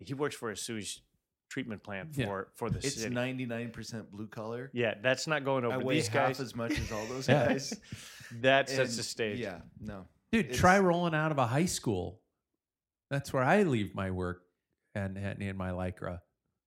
He works for a sewage treatment plant for
Yeah.
for the
It's
city.
ninety nine percent blue collar.
yeah, that's not going
I
over
weigh
these
half
guys.
as much as all those
Yeah.
guys.
that sets the
and
stage.
Yeah, no.
dude,
It's-
try rolling out of a high school. That's where I leave my work and and in my lycra.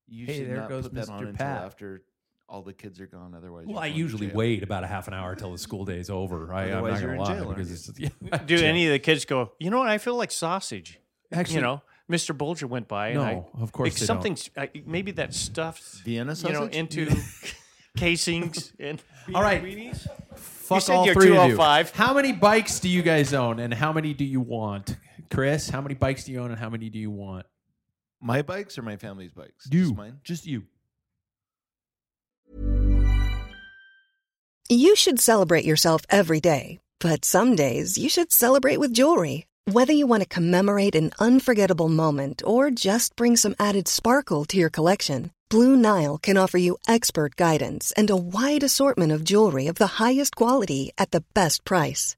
You
Hey,
should
there
not
goes
put that
Mr.
on until
Pat.
after all the kids are gone. Otherwise,
Well,
you're
I
going to
usually
jail.
wait about a half an hour till the school day's over. I, I'm
Otherwise,
not
you're
gonna
in
lie
jail, aren't
because
you?
it's just, yeah,
Do
jail.
any of the kids go? You know what? I feel like sausage.
actually
you know, Mr. Bulger went by. and I-
No, of course
it's
they don't.
something. I, maybe that stuffed
Vienna
you know
sausage?
into casings and
All right. Fuck
said
all
you're
three of
205.
you. How many bikes do you guys own, and how many do you want, Chris? How many bikes do you own, and how many do you want?
My bikes or my family's bikes? Just
You,
mine.
just you.
You should celebrate yourself every day, but some days you should celebrate with jewelry. Whether you want to commemorate an unforgettable moment or just bring some added sparkle to your collection, Blue Nile can offer you expert guidance and a wide assortment of jewelry of the highest quality at the best price.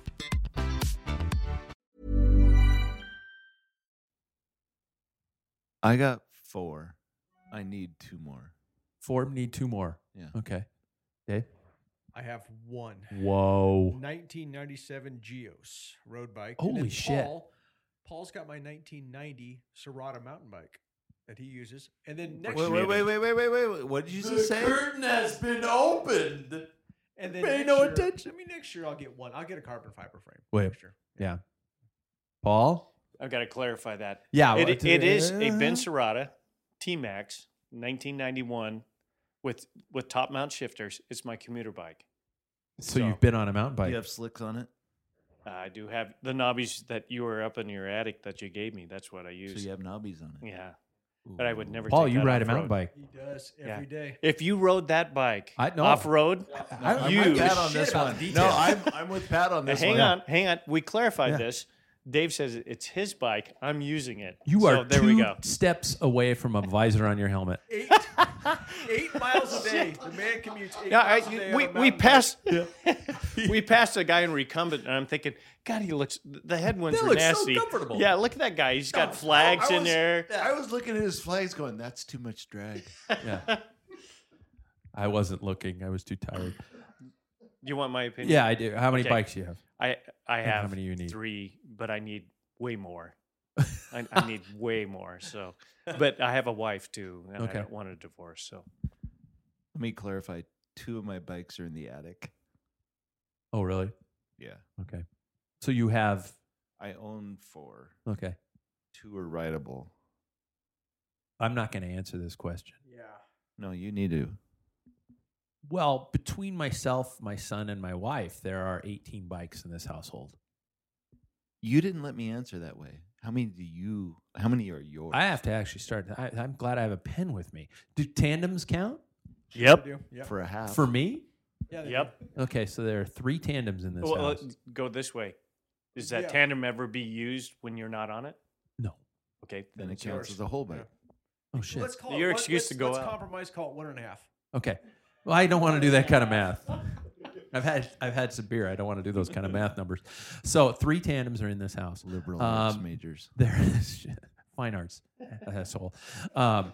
I got four. I need two more.
Four need two more.
Yeah.
Okay. Dave.
I have one.
Whoa.
1997 Geos road bike. and
Holy
then
shit.
Paul, Paul's got my 1990 Serrata mountain bike that he uses, and then next
Wait, wait,
year-
wait, wait, wait, wait, wait, wait. What did you just say?
has been opened.
and then
Pay
next
no
year-
attention.
I mean, next year I'll get one. I'll get a carbon fiber frame.
Wait.
next year.
Yeah. Paul.
I've got to clarify that.
Yeah,
It-
what-
it is a
uh-huh.
Ben Serrata T Max 1991 with with top mount shifters. It's my commuter bike.
So, you've been on a mountain
Do
bike.
you have slicks on it?
I do have the knobbies that you were up in your attic that you gave me. That's what I use.
So you have knobbies on it.
yeah, but I would
Ooh.
never.
Paul,
take
you
that
ride a
off-road.
mountain bike.
He does
Yeah.
every day.
If you rode that bike
I- no.
off road,
I-
you
I'm
I'm with Pat
shit
on this
about
one.
the
No,
details.
I'm, I'm with Pat on this
hang
one.
on, hang on. We clarified
Yeah.
this. Dave says it's his bike. I'm using it.
You
so
are
there
two
we go.
steps away from a visor on your helmet.
Eight, eight miles a day. The man commutes eight
Yeah,
miles a day
I,
on a
we,
mountain
we
bike.
passed we passed a guy in recumbent, and I'm thinking, God, he looks. The headwinds
That
were
looks so
nasty.
comfortable.
Yeah, look at that guy. He's got flags in there.
I was looking at his flags going, that's too much drag.
Yeah. I wasn't looking. I was too tired.
You want my opinion?
Yeah, I do. How many
Okay.
bikes you have?
I I
And how
have
many you need?
three, but I need way more. I, I need way more. So, but I have a wife too, and
Okay.
I don't want a divorce. So
Let me clarify. Two of my bikes are in the attic.
Oh, really?
Yeah.
Okay. So you have
I own four.
okay.
Two are rideable.
I'm not going to answer this question.
No, you need to.
Well, between myself, my son, and my wife, there are 18 bikes in this household.
You didn't let me answer that way. How many do you? How many are yours?
I have to actually start. I, I'm glad I have a pen with me. Do tandems count
yep,
Yep.
for a half.
for me?
yep.
Okay, so there are three tandems in this
uh,
Well,
house.
let- go this way. Does that
Yeah.
tandem ever be used when you're not on it?
no.
Okay,
then it
it's
counts
yours.
as a whole bike.
Oh shit.
Let's call
Your
it,
excuse
let's,
to go
let's
out.
compromise. Call it one and a half.
Okay. Well, I don't want to do that kind of math. I've had I've had some beer. I don't want to do those kind of math numbers. So three tandems are in this house.
Liberal arts
Um,
majors.
There is fine arts asshole. Um,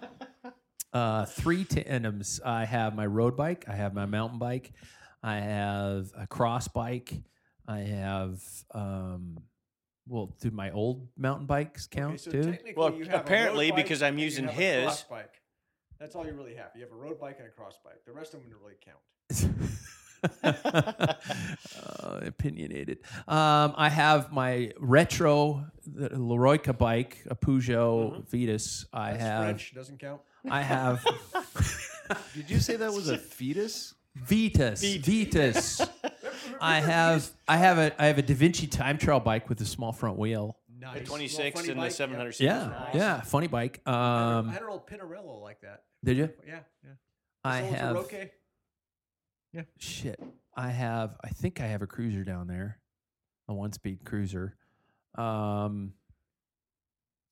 uh, three tandems. I have my road bike. I have my mountain bike. I have a cross bike. I have um, well, do my old mountain bikes count
Okay, so
too?
technically
Well,
you have a road
apparently,
bike
because I'm
and you
using
have a
his-
cross bike. That's all you really have. You have a road bike and a cross bike. The rest of them don't really count.
uh, opinionated. Um, I have my retro the Leroyca bike, a Peugeot Vetus. I
Mm-hmm. That's
have.
French doesn't count.
I have
Did you say that was a fetus?
Vetus. Vetus. I have. I have a. I have a Da Vinci time trial bike with a small front wheel.
Nice.
The
Little
26
funny
and the
bike,
700
yep.
Yeah. Yeah. Funny bike.
I
Um.
had an old Pinarello like that.
Did you?
Yeah, yeah.
I
Sold to
have.
Roque.
Shit. I have I think I have a cruiser down there. A one speed cruiser. Um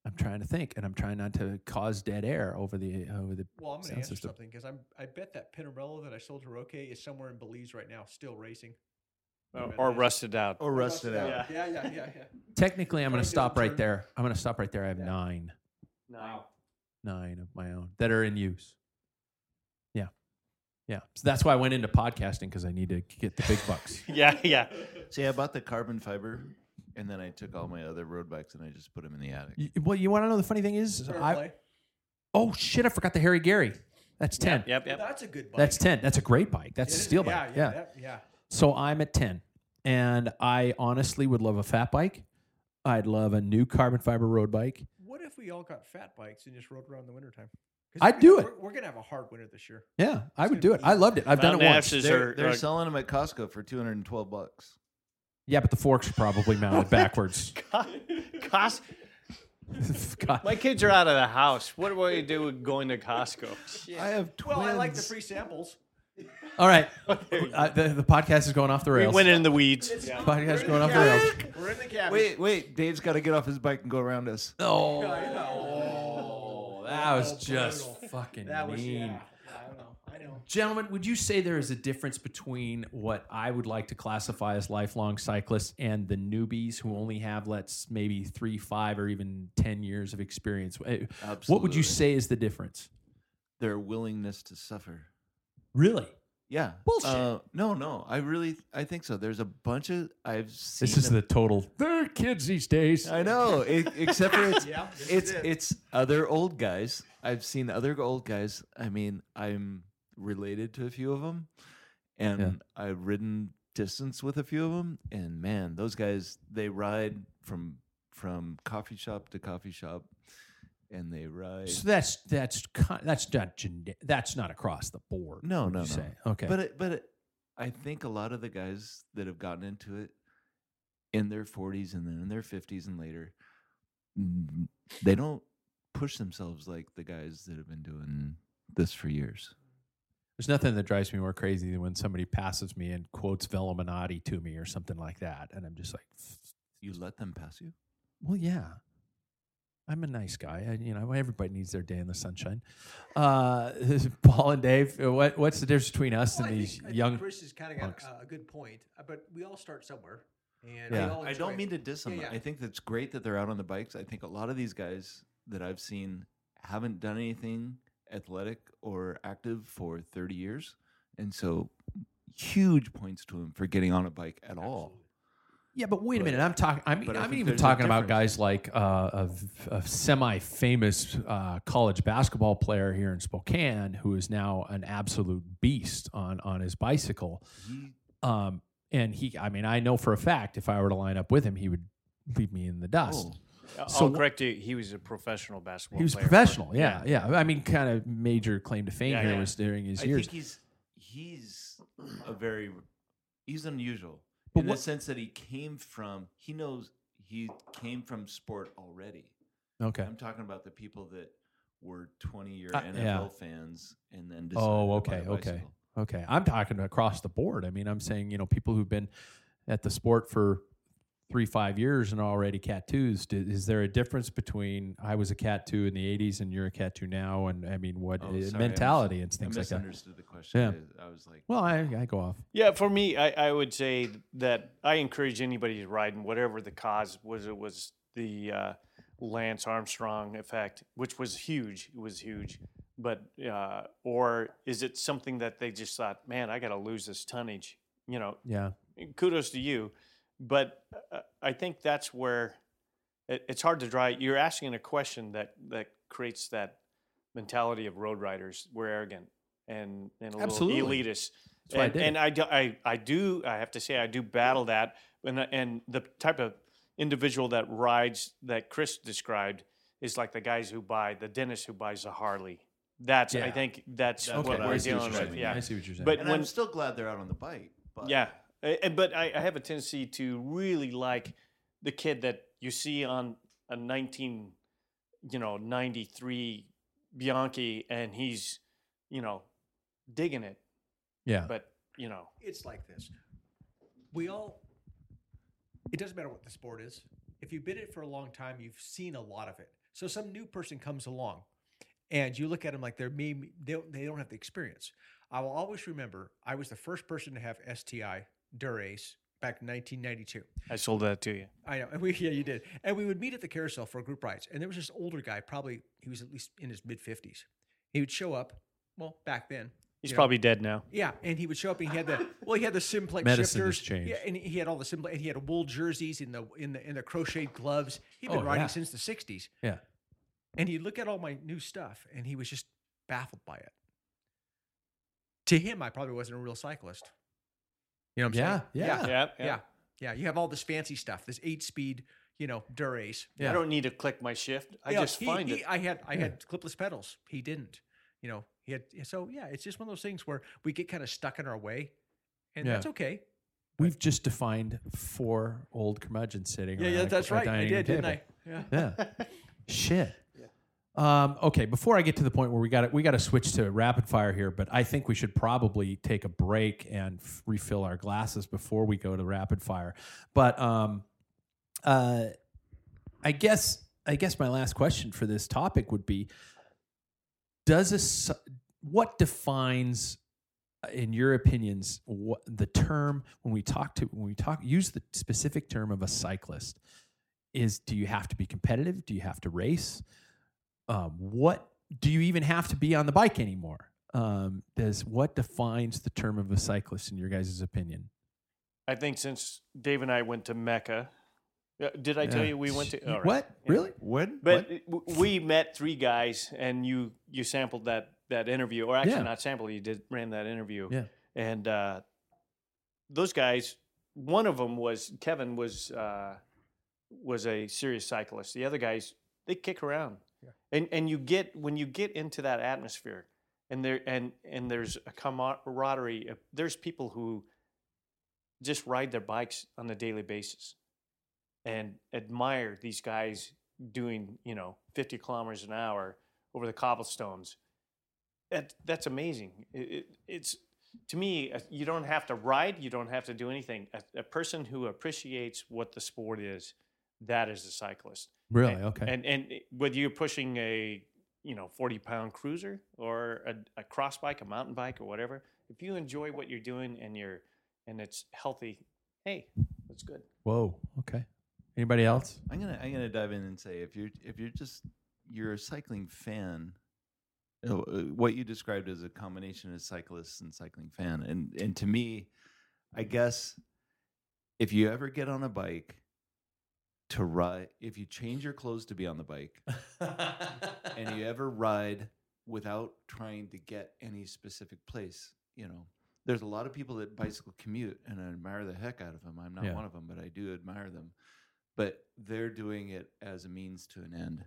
I'm trying to think and I'm trying not to cause dead air over the over the
Well, I'm
sound
going to answer
system.
something because I'm. I bet that Pinarello that I sold to Roque is somewhere in Belize right now, still racing.
Or, Oh,
Oh,
or rusted out.
Or Oh, rusted out?
out.
Yeah, yeah, yeah, yeah.
Technically I'm
Trying
gonna
to do
stop
the
right
turn.
there. I'm gonna stop right there. I have
Yeah.
nine.
Wow.
Nine of my own that are in use. Yeah. Yeah. So that's why I went into podcasting because I need to get the big bucks.
Yeah, yeah.
See, I bought the carbon fiber, and then I took all my other road bikes and I just put them in the attic.
You- well, you want to know the funny thing is,
Fair
I-
play.
oh shit, I forgot the Harry Gary. That's ten.
Yep, yep, yep.
That's a good bike.
That's 10. That's a great bike. That's
It
a
is-
steel bike. Yeah.
Yeah, that- yeah.
So I'm at 10. And I honestly would love a fat bike. I'd love a new carbon fiber road bike.
What if we all got fat bikes and just rode around in the wintertime? 'Cause
I'd
we're
do
gonna-
it.
We're, we're gonna have a hard winter this year.
Yeah, I
It's
would
gonna
do it.
be
I
easy.
loved it. I've done it
Mountain
once.
ashes
They're,
are, uh,
they're
are-
selling them at Costco for 212 bucks.
Yeah, but the forks are probably mounted backwards.
Cos-
God.
My kids are out of the house. What do I do with going to Costco?
I have twins.
Well, Oh, I like the free samples.
All right. Uh, the, the podcast is going off the
We
rails.
went in the weeds.
podcast is going off the rails.
We're in the cabin.
Wait, wait. Dave's got to get off his bike and go around us.
Oh, that was just fucking
That was
mean.
yeah. yeah, I don't know. I know.
Gentlemen, would you say there is a difference between what I would like to classify as lifelong cyclists and the newbies who only have, let's maybe three, five, or even 10 years of experience? Eh, What would you
Absolutely.
say is the difference?
Their willingness to suffer.
Really?
Yeah.
Bullshit.
Uh, no, no. I really, I think so. There's a bunch of I've seen.
This is
them-
the total. They're kids these days.
I know, e- except for it's
Yeah, this is
it's
it.
it's other old guys. I've seen other old guys. I mean, I'm related to a few of them, and I've ridden distance with a few of them. And man, those guys they ride from from coffee shop to coffee shop, and they ride.
So that's that's con- that's not gen- that's not across the board.
No,
would
no,
you
no.
Say. Okay,
But it, but it, I think a lot of the guys that have gotten into it in their 40s and then in their 50s and later, mm, they don't push themselves like the guys that have been doing this for years.
There's nothing that drives me more crazy than when somebody passes me and quotes Veluminati to me or something like that, and I'm just like,
You let them pass you.
well, yeah, I'm a nice guy. I, you know, everybody needs their day in the sunshine. Uh, Paul and Dave, uh, what what's the difference between us
Well, I
and
think-
these
I think
young?
Chris has kind of got
punks.
uh, a good point, uh, but we all start somewhere. And
Yeah.
we all
I
enjoy
don't
it.
mean to diss them.
Yeah, yeah.
I think that's great that they're out on the bikes. I think a lot of these guys that I've seen haven't done anything athletic or active for 30 years. And so huge points to him for getting on a bike at all.
Yeah, but wait a
But-
minute. I'm talking. I'm,
but I
I'm
think
even
there's a
talking about
difference.
guys like uh, a, a semi-famous uh, college basketball player here in Spokane, who is now an absolute beast on on his bicycle.
He,
Um, and he, I mean, I know for a fact if I were to line up with him, he would leave me in the dust.
oh,
I'll
So wh-
correct you. He was a professional basketball.
he was
player.
professional. Yeah, yeah, I mean, kind of major claim to fame
Yeah,
here
yeah.
was during his
I
years.
think he's he's a very he's unusual
But
in
what-
the sense that he came from he knows he came from sport already.
okay.
I'm talking about the people that were 20 year
Uh,
NFL
yeah.
fans and then decided
Oh,
to buy
okay,
a
okay,
bicycle.
okay. I'm talking across the board. I mean, I'm saying you know people who've been at the sport for three, five years and already cat twos. D- Is there a difference between I was a cat two in the '80s and you're a cat two now? And I mean, what
Oh,
i-
sorry, I mis-
mentality and things
I
like that?
misunderstood the question. I, I was like,
Well, I, I go off.
Yeah, for me, I, I would say that I encourage anybody to ride in whatever the cause was. It was the uh, Lance Armstrong effect, which was huge. It was huge. But, uh, or is it something that they just thought, man, I got to lose this tonnage? You know,
Yeah,
kudos to you. But uh, I think that's where it, it's hard to dry. You're asking a question that, that creates that mentality of road riders. We're arrogant and, and a little
Absolutely.
elitist.
That's why I
and,
did
and
it.
I, do, I, I do, I have to say, I do battle that. And, the- and the type of individual that rides that Chris described is like the guys who buy, the dentist who buys a Harley. That's, I
Yeah.
think, that's,
That's
what
what I
we're
was
dealing
describing.
with. Yeah.
I see what you're saying.
But
and
when,
I'm still glad they're out on the bike. But
yeah, A- and, but I, I have a tendency to really like the kid that you see on a nineteen, you know, ninety three Bianchi, and he's, you know, digging it.
yeah,
But you know,
It's like this. We all, it doesn't matter what the sport is. If you've been in it for a long time, you've seen a lot of it. So some new person comes along and you look at them like they're me, they don't, they don't have the experience. I will always remember I was the first person to have STI Durace back in 1992.
I sold that to you.
I know. And we, yeah, you did. And we would meet at the carousel for group rides. And there was this older guy, probably he was at least in his mid 50s. He would show up, well, back then.
He's
you know,
probably dead now.
yeah, and he would show up. And he had the well, he had the simplex
Medicine has
shifters. Yeah,
changed.
and he had all the simplex. And he had wool jerseys in the in the in the crocheted gloves. He'd been
Oh,
riding
yeah.
since the '60s,
yeah.
and he'd look at all my new stuff, and he was just baffled by it. To him, I probably wasn't a real cyclist. You know what I'm
Yeah,
saying?
yeah.
yeah,
Yeah,
yeah,
yeah.
yeah, You have all this fancy stuff, this eight-speed, you know, Durace.
Yeah.
I don't need to click my shift. I
Yeah,
just
he-
find
he-
it.
I had I
Yeah.
had clipless pedals. He didn't. You know, he had so yeah, it's just one of those things where we get kind of stuck in our way. And
Yeah.
that's okay.
We've just defined four old curmudgeons sitting. around a- a dining room table.
Yeah.
Yeah. Shit. Um, okay, before I get to the point where we got to we got to switch to rapid fire here, but I think we should probably take a break and f- refill our glasses before we go to rapid fire. But um, uh, I guess I guess my last question for this topic would be: Does a s- what defines, uh, in your opinions, what the term when we talk to when we talk use the specific term of a cyclist? is do you have to be competitive? Do you have to race? Um, what do you even have to be on the bike anymore? Um, does what defines the term of a cyclist in your guys' opinion?
I think since Dave and I went to Mecca, Uh, did I tell
Yeah.
you we went to all right.
what
Yeah.
really?
when?
But
what?
w- we met three guys, and you you sampled that that interview, or actually
Yeah.
not sampled. You did ran that interview,
Yeah.
and uh, those guys. One of them was Kevin was uh, was a serious cyclist. The other guys they kick around, and and you get when you get into that atmosphere, and there and and there's a camaraderie. uh, There's people who just ride their bikes on a daily basis, and admire these guys doing you know 50 kilometers an hour over the cobblestones that that's amazing it, it, it's to me uh, you don't have to ride you don't have to do anything a, a person who appreciates what the sport is that is a cyclist
Really?
And-
okay.
and and it- whether you're pushing a you know 40 pound cruiser or a, a cross bike a mountain bike or whatever if you enjoy what you're doing and you're and it's healthy hey that's good
Whoa. Okay. Anybody else?
I'm gonna I'm gonna dive in and say if you're if you're just you're a cycling fan, you know, uh, what you described as a combination of cyclist and cycling fan, and and to me, I guess if you ever get on a bike to ride, if you change your clothes to be on the bike, and you ever ride without trying to get any specific place, you know, there's a lot of people that bicycle commute, and I admire the heck out of them. I'm not
Yeah.
one of them, but I do admire them. But they're doing it as a means to an end.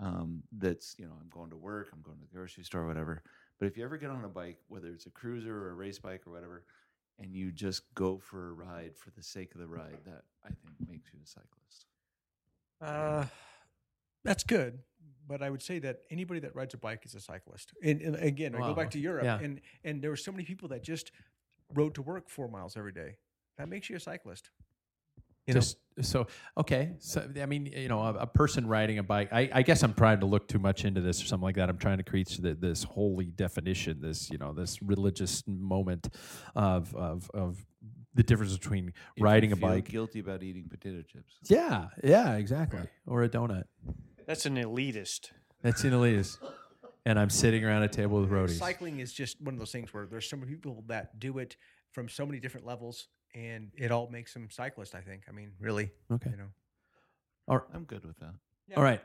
Um, that's you know, I'm going to work, I'm going to the grocery store, whatever. But if you ever get on a bike, whether it's a cruiser or a race bike or whatever, and you just go for a ride for the sake of the ride, that I think makes you a cyclist.
Uh, that's good, but I would say that anybody that rides a bike is a cyclist. And, and again, I go
Wow.
back to Europe,
Yeah.
and and there were so many people that just rode to work four miles every day. That makes you a cyclist. You know?
Just so okay. So I mean, you know, a, a person riding a bike. I, I guess I'm trying to look too much into this or something like that. I'm trying to create the, this holy definition, this you know, this religious moment of of of the difference between
If you
riding a
feel
bike.
guilty about eating potato chips.
Yeah, yeah, exactly. Or a donut.
That's an elitist.
That's in Elise. And I'm sitting around a table with roadies.
Cycling is just one of those things where there's so many people that do it from so many different levels, and it all makes them cyclists. I think. I mean, really.
Okay.
You know.
All right.
I'm good with that.
All right.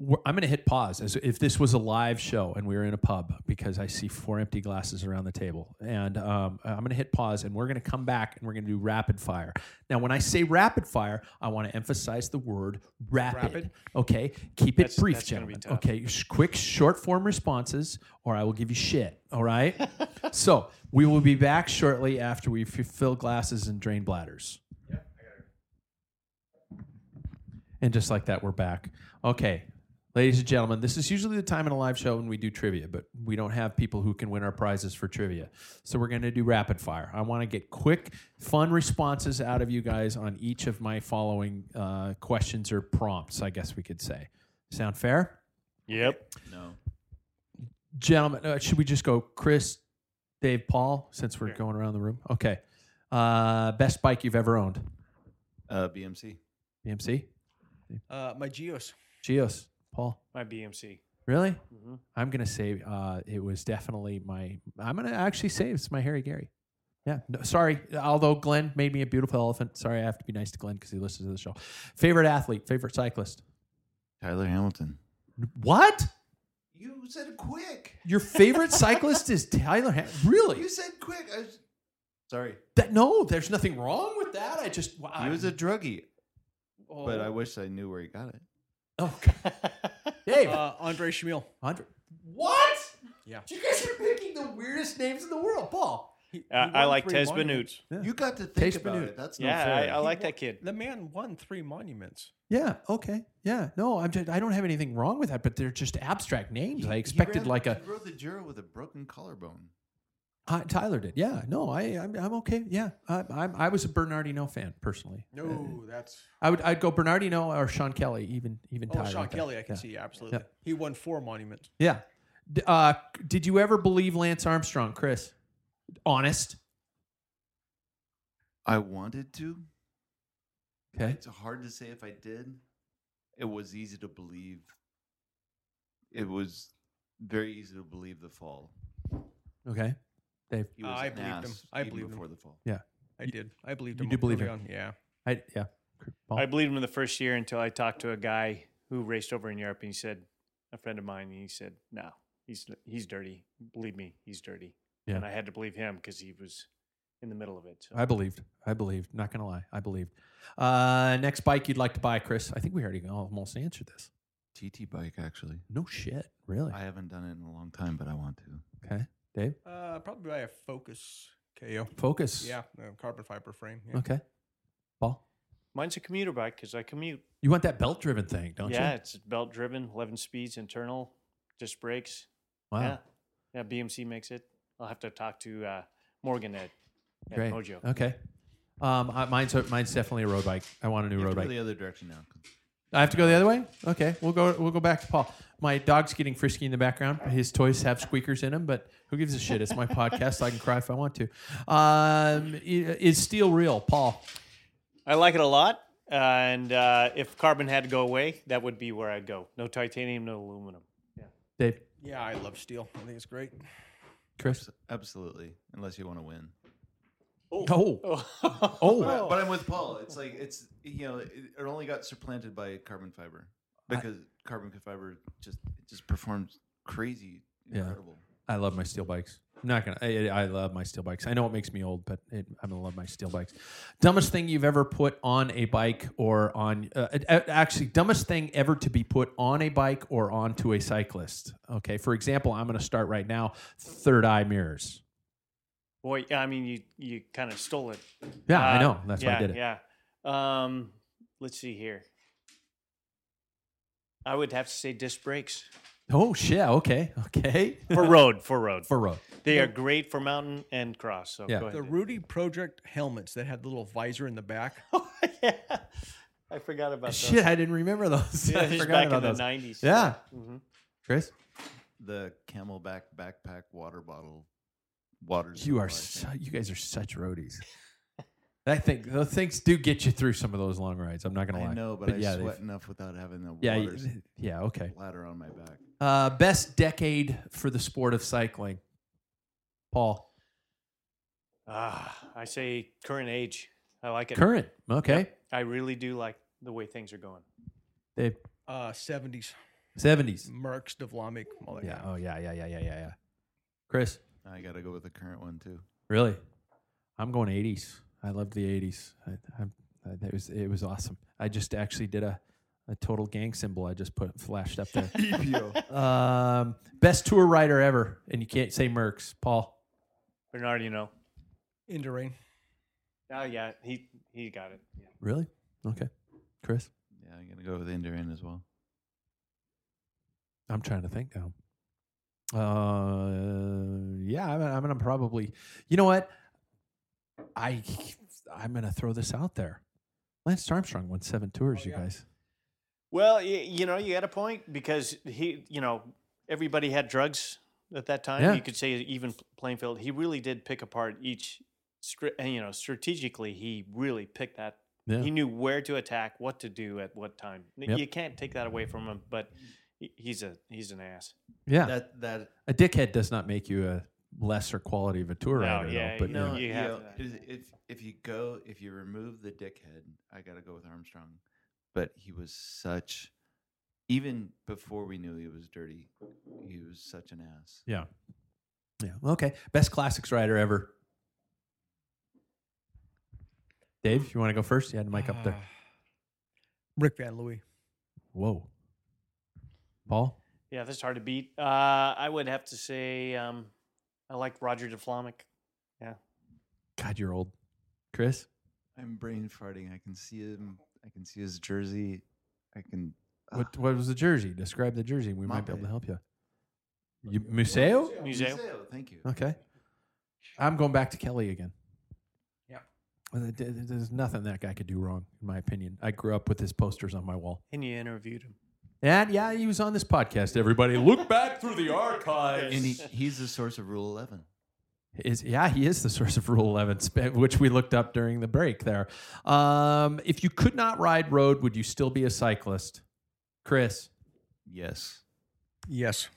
We're- I'm going to hit pause as if this was a live show and we were in a pub because I see four empty glasses around the table. And um, I'm going to hit pause and we're going to come back and we're going to do rapid fire. Now, when I say rapid fire, I want to emphasize the word rapid.
Rapid.
Okay. Keep it
That's-
brief,
that's gonna be
gentlemen.
tough.
Okay. sh- Quick, short form responses or I will give you shit. All right. so we will be back shortly after we f- fill glasses and drain bladders. And just like that, we're back. Okay. Ladies and gentlemen, this is usually the time in a live show when we do trivia, but we don't have people who can win our prizes for trivia. So we're going to do rapid fire. I want to get quick, fun responses out of you guys on each of my following uh, questions or prompts, I guess we could say. Sound fair?
Yep.
No.
Gentlemen, uh, should we just go Chris, Dave, Paul, since we're going around the room? Okay. Uh, best bike you've ever owned?
Uh, BMC.
BMC?
Uh, my geos.
Geos? Paul?
My BMC.
Really?
Mm-hmm.
Mhm.
I'm gonna say uh, it was definitely my. I'm gonna actually say it's my Harry Gary. Yeah. No, sorry. Although Glenn made me a beautiful elephant. Sorry, I have to be nice to Glenn because he listens to the show. Favorite athlete. Favorite cyclist.
Tyler Hamilton.
What?
You said quick.
Your favorite cyclist is Tyler? Ham- really?
You said quick. I was... Sorry.
That no. There's nothing wrong with that. I just. Wow.
He was a druggie,
Oh,
but I wish I knew where he got it.
Oh, God. Dave.
Uh, Andre Schmiel.
Andre- What?
Yeah.
You guys are picking the weirdest names in the world. Paul.
He-
Uh,
he
I
won
like
three
Tez
monuments.
Benute.
You got to think
Taste
about
minute.
it. That's not
Yeah, I,
fair.
I like that kid.
The man won three monuments.
Yeah. Okay. Yeah. No, I'm just. I don't have anything wrong with that, but they're just abstract names.
He-
I
he
expected
ran-
like a
He rode the Giro with a broken collarbone.
Hi, Tyler did. Yeah. No, I. I'm, I'm okay. Yeah. I, I'm. I was a Bernardino fan personally. Uh,
No, that's
I would. I'd go Bernardino or Sean Kelly. Even. Even.
oh
Tyler
Sean
like that.
Kelly. I can
yeah.
see absolutely. He won four monuments.
Yeah. D- uh, did you ever believe Lance Armstrong, Chris? Honest.
I wanted to.
Okay.
It's hard to say if I did. It was easy to believe. It was very easy to believe the fall.
Okay. Dave.
He
Uh,
was
I
an
believed him.
ass
I
even
believed him.
before the fall.
Yeah.
I did. I believed
you
him.
do believe
early
him.
on, Yeah.
I. Yeah. Paul.
I believed him the first year until I talked to a guy who raced over in Europe, and he said, a friend of mine, and he said, no, he's he's dirty. Believe me, he's dirty.
Yeah.
And I had to believe him because he was in the middle of it. So.
I believed. I believed. Not gonna lie. I believed. Uh, next bike you'd like to buy, Chris? I think we already almost answered this.
TT bike, actually.
No shit. Really.
I haven't done it in a long time, but I want to.
okay. Dave.
Uh, probably by a Focus KO.
Focus.
Yeah, uh, carbon fiber frame. Yeah.
Okay. Paul.
Mine's a commuter bike because I commute.
You want that belt driven thing, don't
yeah,
you?
it's belt driven, 11 speeds, internal, just brakes.
Wow.
Yeah. Yeah, BMC makes it. I'll have to talk to uh, Morgan at, at
Great.
Mojo.
Okay. Um, I- mine's mine's definitely a road bike. I want a new
You have
road
to go
bike.
the other direction now. 'cause
I have to go the other way. Okay, we'll go. We'll go back to Paul. My dog's getting frisky in the background. His toys have squeakers in them, but who gives a shit? It's my podcast. I can cry if I want to. Um, i- is steel real, Paul?
I like it a lot. Uh, and uh, if carbon had to go away, that would be where I'd go. No titanium, no aluminum.
Dave,
Yeah, I love steel. I think it's great.
Chris.
Absolutely, unless you want to win.
Oh,
Oh.
oh,
But, I, but I'm with Paul. It's like it's you know it, it only got supplanted by carbon fiber because carbon fiber just it just performs crazy,
Yeah.
incredible.
I love my steel bikes. I'm not gonna. I, I I love my steel bikes. I know it makes me old, but it, I'm gonna love my steel bikes. Dumbest thing you've ever put on a bike or on uh, a- a- actually dumbest thing ever to be put on a bike or onto a cyclist. Okay, for example, I'm gonna start right now. Third eye mirrors.
Boy, I mean, you you kind of stole it.
Yeah, I
Uh,
know. That's
yeah,
why I did it.
Yeah. Um, let's see here. I would have to say disc brakes
Oh shit. Okay. Okay.
for road. For road.
For road.
they are great for mountain and cross. So
Yeah.
go ahead.
The
Dave.
Rudy Project helmets that had the little visor in the back.
yeah. I forgot about those.
Oh, Shit, I didn't remember those.
Yeah,
I
just
forgot
back
about
in
those.
the 90s.
Yeah.
Mhm.
Chris,
The Camelback backpack water bottle waters.
you
the
are.
life,
Su-
man.
you guys are such roadies. I think those things do get you through some of those long rides. I'm not gonna lie.
I know, but, I
yeah, they've-
sweat enough without having the
Yeah,
water
y- yeah, okay.
splatter on my back.
Uh, best decade for the sport of cycling, Paul.
Ah, I say current age. I like it.
Current, okay.
I really do like the way things are going.
They
Uh, 70s.
seventies.
Merckx, Devlamic, all that.
Yeah.
kind of-
Oh yeah. Yeah. Yeah. Yeah. Yeah. Yeah. Chris,
I got to go with the current one too.
really? I'm going eighties. I loved the eighties. I, I, I, it was it was awesome. I just actually did a, a total gang symbol. I just put flashed up there. um, best tour rider ever, and you can't say Merckx. Paul.
Bernard, you know.
Indurain.
Oh, yeah. He he got it. Yeah.
Really? Okay. Chris,
Yeah, I'm gonna go with Indurain as well.
I'm trying to think now. Uh, yeah, I'm, I'm gonna probably. You know what? I I'm gonna throw this out there. Lance Armstrong won seven tours.
Oh,
you guys.
Well, you, you know, you had a point because he, you know, everybody had drugs at that time.
Yeah.
You could say even P- Plainfield. He really did pick apart each, str- and, you know, strategically. He really picked that.
Yeah.
He knew where to attack, what to do at what time. N-
Yep.
You can't take that away from him, but he- he's a he's an ass.
yeah.
That that
a dickhead does not make you a lesser quality of a tour
No,
rider.
yeah,
though, but
no,
yeah.
you have that.
is- if if you go if you remove the dickhead, I gotta go with Armstrong. But he was such, even before we knew he was dirty, he was such an ass.
yeah, yeah. Okay, best classics rider ever. Dave, you want to go first? You had the mic up there.
Ah. Rick Van Louis.
Whoa, Paul.
Yeah, that's hard to beat. Uh, I would have to say um, I like Roger DeFlamic.
God, you're old. Chris.
I'm brain farting. I can see him. I can see his jersey. I can. ah,
What what was the jersey? Describe the jersey. We might be able to
Mbappe.
help you. you Museo?
Museo.
Museo, Thank you.
Okay. I'm going back to Kelly again.
Yeah.
Well, there- there- There's nothing that guy could do wrong, in my opinion. I grew up with his posters on my wall.
And you interviewed him.
And yeah, he was on this podcast. Everybody, look back through the archives.
And he, he's the source of Rule Eleven.
Is yeah, he is the source of Rule Eleven, sp- which we looked up during the break. There, um, if you could not ride road, would you still be a cyclist? Chris,
Yes.
Yes.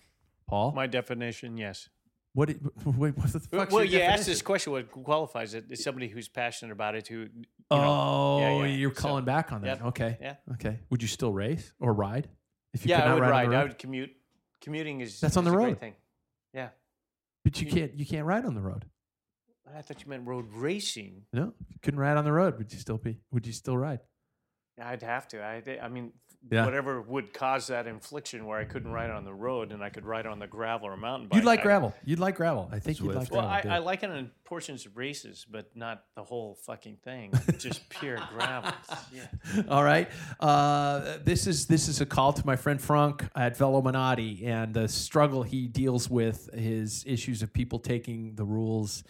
Paul,
My definition, yes.
what? Did, wait, what the fuck?
well, you asked this question. What qualifies it? It's somebody who's passionate about it. Who? You
oh,
know, yeah, yeah.
you're
So-
calling back on that.
Yep.
Okay.
Yeah.
Okay. Would you still race or ride? If
yeah, I would
on the
ride. I
road?
would commute. Commuting is
That's on
is
the
a
road.
Great thing. Yeah,
But you can't. You can't ride on the road.
I thought you meant road racing.
No, if you couldn't ride on the road. Would you still be? Would you still ride?
I'd have to. I, I mean,
Yeah.
whatever would cause that infliction where I couldn't ride on the road and I could ride on the gravel or mountain bike.
You'd like
I-
gravel. You'd like gravel. I think you'd like
Swift.
Well,
gravel.
I,
dude.
I like it in portions of races, but not the whole fucking thing. Just pure gravel. Yeah.
All right. Uh, this is this is a call to my friend Frank at Velominati and the struggle he deals with his issues of people taking the rules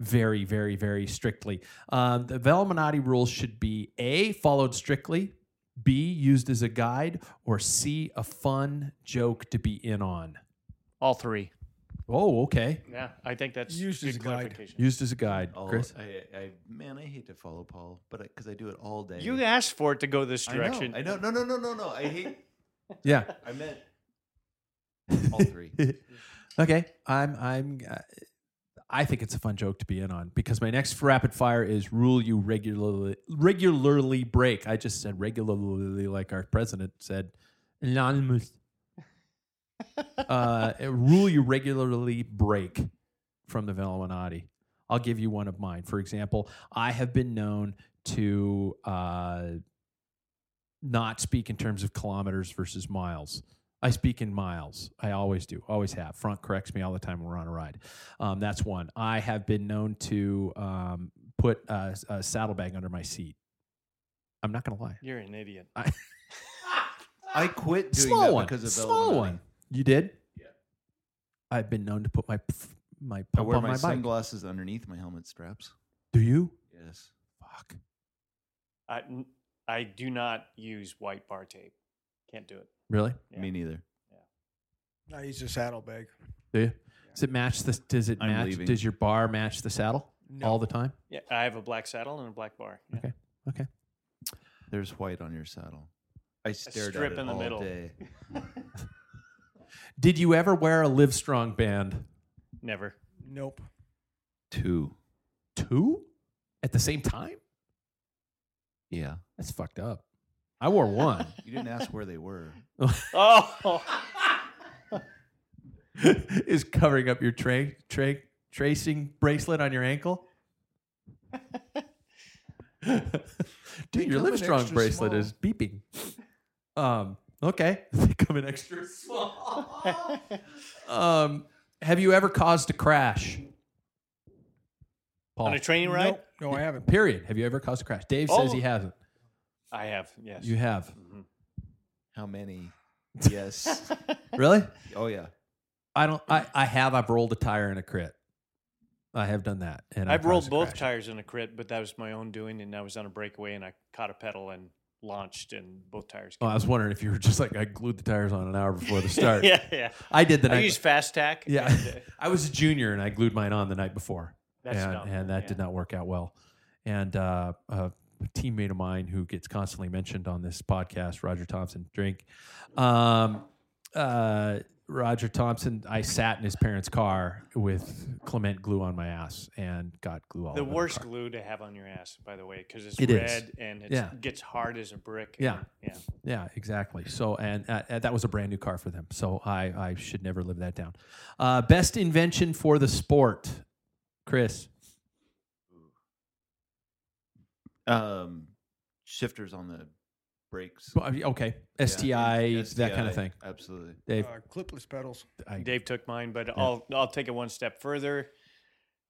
very, very, very strictly. Um, the Velominati rules should be a followed strictly, b used as a guide, or c a fun joke to be in on.
All three.
Oh, okay.
Yeah, I think that's
Used
good
as a guide.
clarification. Oh.
Used as a guide,
All,
Chris.
I, I man, I hate to follow Paul, but because I, do it all day.
You asked for it to go this
I know,
direction.
I know. No, no, no, no, no. I hate.
Yeah.
I meant all three.
Okay, I'm I'm uh, I think it's a fun joke to be in on because my next rapid fire is rule you regularly regularly break. I just said regularly like our president said anonymous. uh, a rule you regularly break from the Veluminati. I'll give you one of mine. For example, I have been known to uh, not speak in terms of kilometers versus miles. I speak in miles. I always do. Always have. Front corrects me all the time when we're on a ride. Um, that's one. I have been known to um, put a, a saddlebag under my seat. I'm not going to lie.
You're an idiot.
I,
I quit doing
small
that
one.
because of
small
Velvet.
one. You did? Yeah. I've been known to put my pf- my
I
pump
wear
on
my,
my, bike.
sunglasses underneath my helmet straps.
Do you?
Yes.
Fuck.
I, n- I do not use white bar tape. Can't do it.
Really?
Yeah.
Me neither.
I use a saddlebag.
Do you? Does it match the? Does it
I'm
match?
leaving.
Does your bar match the saddle all the time?
Yeah, I have a black saddle and a black bar. Yeah.
Okay. Okay.
There's white on your saddle. I stared
strip
at it
in the
all
middle.
day.
Did you ever wear a Livestrong band?
Never.
Nope.
Two.
Two at the same time?
Yeah.
That's fucked up. I wore one.
You didn't ask where they were.
Oh,
Is covering up your tra- tra- tracing bracelet on your ankle? Dude, your
come in
Livestrong
extra
bracelet
small.
is beeping. Um, okay. They come in extra small. um, have you ever caused a crash? Paul.
on a training ride?
Nope. No, I haven't.
Period. Have you ever caused a crash? Dave says he
Oh.
hasn't.
I have. Yes. Mm-hmm.
You have.
How many? Yes.
Really?
oh yeah.
I don't. I, I have. I've rolled a tire in a crit. I have done that, and I
I've rolled
caused a
both
crash.
tires in a crit, but that was my own doing, and I was on a breakaway and I caught a pedal and launched, and both tires.
Oh, I was wondering if you were just like I glued the tires on an hour before the start.
yeah, yeah.
I did the
I
night.
use fast tack.
yeah,
and, uh,
I was a junior and I glued mine on the night before,
That's
and,
dumb,
and that
yeah.
did not work out well. And uh, a teammate of mine who gets constantly mentioned on this podcast, Roger Thompson, drink. Um, uh, Roger Thompson, I sat in his parents' car with Clement glue on my ass and got glue all
the
over
worst
car.
glue to have on your ass, by the way, because it's
It is.
red and it
Yeah.
gets hard as a brick.
Yeah.
and- yeah.
Yeah, exactly. So, and uh, uh, that was a brand new car for them. So I, I should never live that down. Uh, best invention for the sport, Chris.
Um, shifters on the brakes.
Well, I mean, Okay,
Yeah.
STI, that kind
STI,
of thing.
Absolutely.
Dave,
Uh, clipless pedals.
I,
Dave took mine, but I'll I'll take it one step further.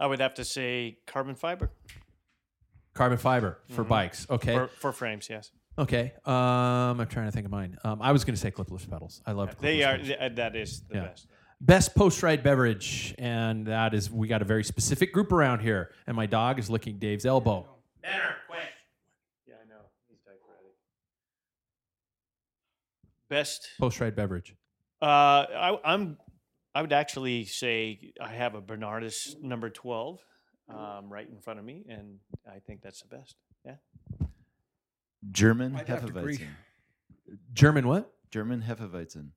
I would have to say carbon fiber
carbon fiber for bikes. Okay,
for, for frames. Yes,
okay. Um, I'm trying to think of mine. Um, I was going to say clipless pedals. I love
they
clipless
are.
pedals.
th- uh, that is the
Yeah.
best.
best post ride beverage, and that is we got a very specific group around here. And my dog is licking Dave's elbow.
Yeah, I know. He's diaphoretic. Best.
Post ride beverage.
Uh, I, I'm. I would actually say I have a Bernardus number twelve um, right in front of me, and I think that's the best. Yeah.
German
I'd have to agree.
Hefeweizen.
German what?
German Hefeweizen.
Are you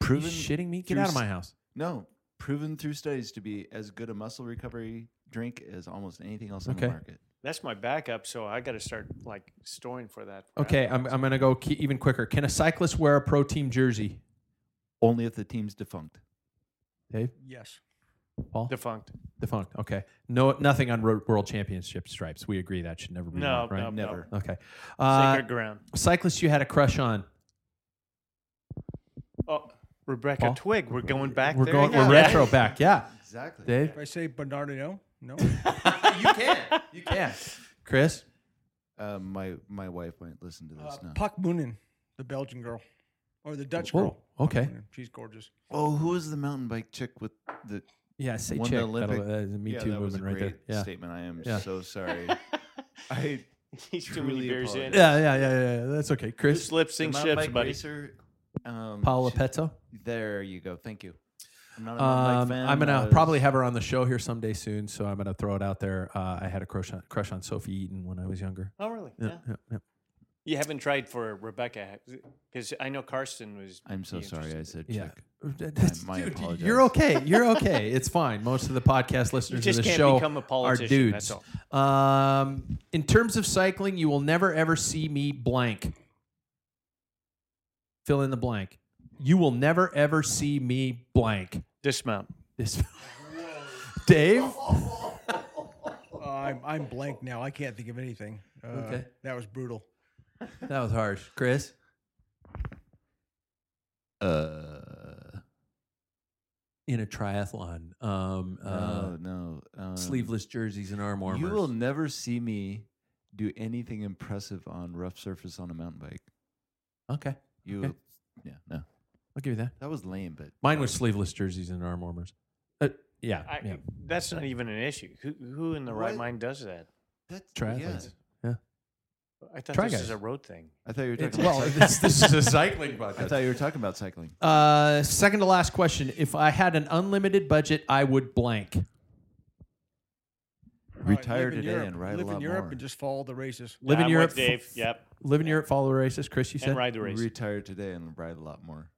Proven
shitting me? Get
through
out of
s-
my house.
No, proven through studies to be as good a muscle recovery drink as almost anything else on
Okay.
the market.
That's my backup, so I got to start like storing for that. for
Okay, I'm,
afterwards.
I'm going to go ke- even quicker. Can a cyclist wear a pro team jersey?
Only if the team's defunct.
Dave,
Yes.
Paul,
defunct.
defunct. Okay, no, nothing on ro- world championship stripes. We agree that should never be.
No,
allowed, right?
no,
Never.
no.
Okay, uh,
Sacred ground.
cyclist you had a crush on.
Oh, Rebecca
Paul?
Twig. We're going back.
We're
there
going. We're
again.
retro back. Yeah,
Exactly.
Dave.
If I say Bernardino, no.
you can. You can. Chris,
Uh, my my wife might listen to
Uh,
this now.
Pak Moonen, the Belgian girl, or the Dutch
Whoa,
girl.
okay.
Moonen, She's gorgeous.
oh, who was the mountain bike chick with the
yeah, say
won
check.
the Olympic?
That'll- that is a Me
yeah,
Too
that was a
movement right there.
great
Yeah.
statement. I am
Yeah.
so sorry. I
He's too many
Truly
beers in.
apologize.
yeah, yeah, yeah, yeah, yeah. That's okay. Chris,
Slips
the
and
mountain
ships,
bike
buddy.
racer. Um,
Paula
she-
Petto.
There you go. Thank you. I'm not a mountain
Um,
bike fan.
I'm
I
uh,
gonna
was-
probably have her on the show here someday soon, so I'm gonna throw it out there. Uh, I had a crush on, crush on Sophie Eaton when I was younger.
Oh, really?
Yeah,
Yeah.
yeah, yeah.
You haven't tried for Rebecca because I know Karsten was.
I'm so
be
sorry I
interested.
said
Yeah.
chick.
That's-
my
dude,
apologies.
you're okay. You're okay. It's fine. Most of the podcast listeners
just
of the
can't
show
become a
are
politician,
dudes.
that's
Um, in terms of cycling, you will never ever see me blank. Fill in the blank. You will never ever see me blank.
Dismount.
This, Dave.
Uh, I'm, I'm blank now. I can't think of anything. Uh,
Okay.
That was brutal.
That was harsh, Chris.
Uh,
In a triathlon, um, uh,
no, no. um,
sleeveless jerseys and arm warmers.
You will never see me do anything impressive on rough surface on a mountain bike.
okay,
You,
Okay.
will- yeah, no,
I'll give you that.
that was lame, but
Mine was sleeveless jerseys and arm warmers. Uh, yeah,
I,
yeah.
That's not even an issue. Who, who in the right
What?
mind does that?
That's Yeah.
Triathletes.
I thought
Try
this
guys.
is a road thing.
I thought you were
It's-
talking. about cycling.
this, this is a cycling
I thought you were talking about cycling.
Uh, second to last question. If I had an unlimited budget, I would blank.
Retire
live in
today
Europe,
and ride
live
a lot
in Europe
more.
and just follow the races.
Live in
I'm
Europe.
with Dave. Yep.
Live in Europe, follow the races. Chris, you said
And ride the race.
Retire today and ride a lot more.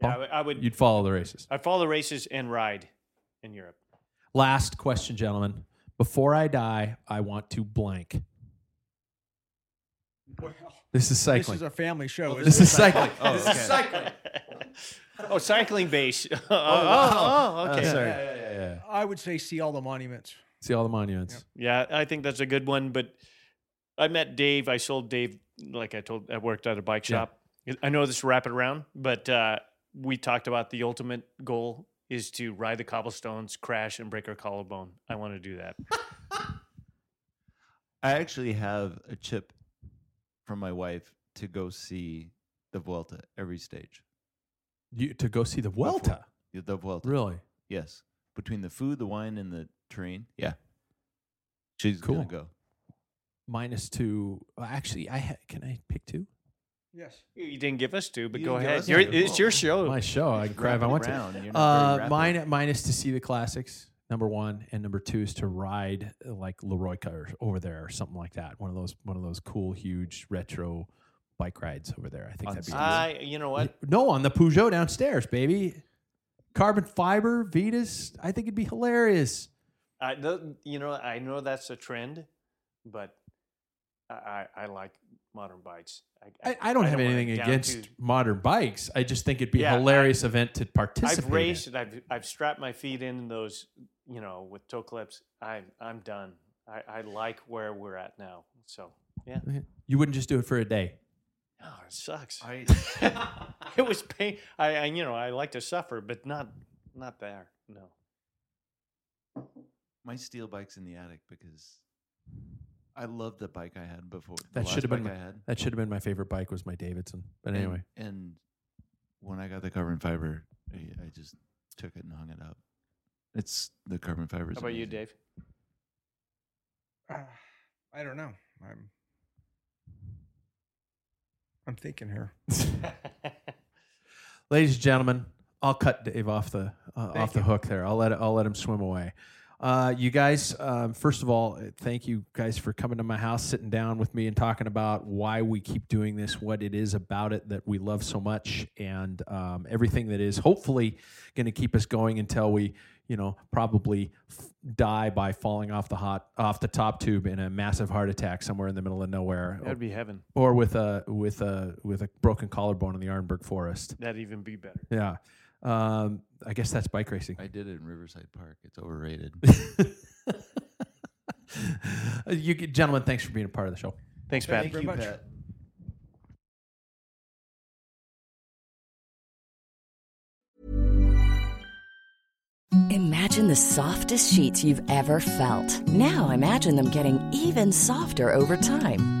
Yeah, I, would- I would.
you'd follow the races.
I follow the races and ride in Europe.
Last question, gentlemen. Before I die, I want to blank. This is
This
cycling.
is a family show.
This
isn't
is cycling.
Oh,
This
okay.
is cycling.
Oh, cycling base. oh,
wow.
oh, oh, okay.
Oh, sorry.
it? I would say see all the monuments.
See all the monuments.
Yeah, I think that's a good one. But I met Dave. I sold Dave, like I told, I worked at a bike
Yeah.
shop. I know this rapid round, but uh, we talked about the ultimate goal is to ride the cobblestones, crash, and break our collarbone. I want to do that.
I actually have a chip from my wife to go see the Vuelta every stage.
You, to go see the Welta.
Yeah, The Vuelta.
Really?
Yes. Between the food, the wine, and the terrain. Yeah. She's
Cool.
gonna go.
Minus two. well, Actually, I ha- can I pick two?
Yes.
You didn't give us to, but
You
go
didn't give
ahead.
us
Your,
to.
it's your show.
My show. I can cry if I want to. Uh, mine minus to see the classics. Number one and number two is to ride uh, like Leroy car over there or something like that. One of those one of those cool huge retro bike rides over there. I think
On
that'd be
steel?
I, you know what?
no on the Peugeot downstairs, baby. Carbon fiber Vetus. I think it'd be hilarious.
I, th- you know, I know that's a trend, but I, I, I like modern bikes.
I, I don't have
wanna
anything
down
against
to-
modern bikes. I just think it'd be
Yeah,
a
I-
hilarious event to participate.
I've
in.
raced. and I've I've strapped my feet in those, you know, with toe clips. I'm I'm done. I, I like where we're at now. So yeah,
You wouldn't just do it for a day.
oh, it sucks.
I,
it was pain. I, I you know I like to suffer, but not not there. No.
my steel bike's in the attic because I love the bike I had before. the
That
last
should have been
bike
my,
I had.
that should have been my favorite bike was my Davidson. But
And-
anyway.
And, when I got the carbon fiber, I, I just took it and hung it up. It's the carbon fiber.
How about you, Dave?
Uh, I don't know. I'm. I'm thinking here.
ladies and gentlemen, I'll cut Dave off the uh, off the hook there. I'll let I'll let him swim away. Uh, you guys, um, first of all, uh, thank you guys for coming to my house, sitting down with me, and talking about why we keep doing this, what it is about it that we love so much, and um, everything that is hopefully going to keep us going until we, you know, probably f- die by falling off the hot off the top tube in a massive heart attack somewhere in the middle of nowhere,
That would be heaven.
or with a with a with a broken collarbone in the Arnberg Forest.
That'd even be better.
Yeah. Um, I guess that's bike racing.
I did it in Riverside Park. It's overrated.
you g- gentlemen, thanks for being a part of the show.
Thanks, Pat.
Thank you, Pat.
Imagine the softest sheets you've ever felt. Now imagine them getting even softer over time.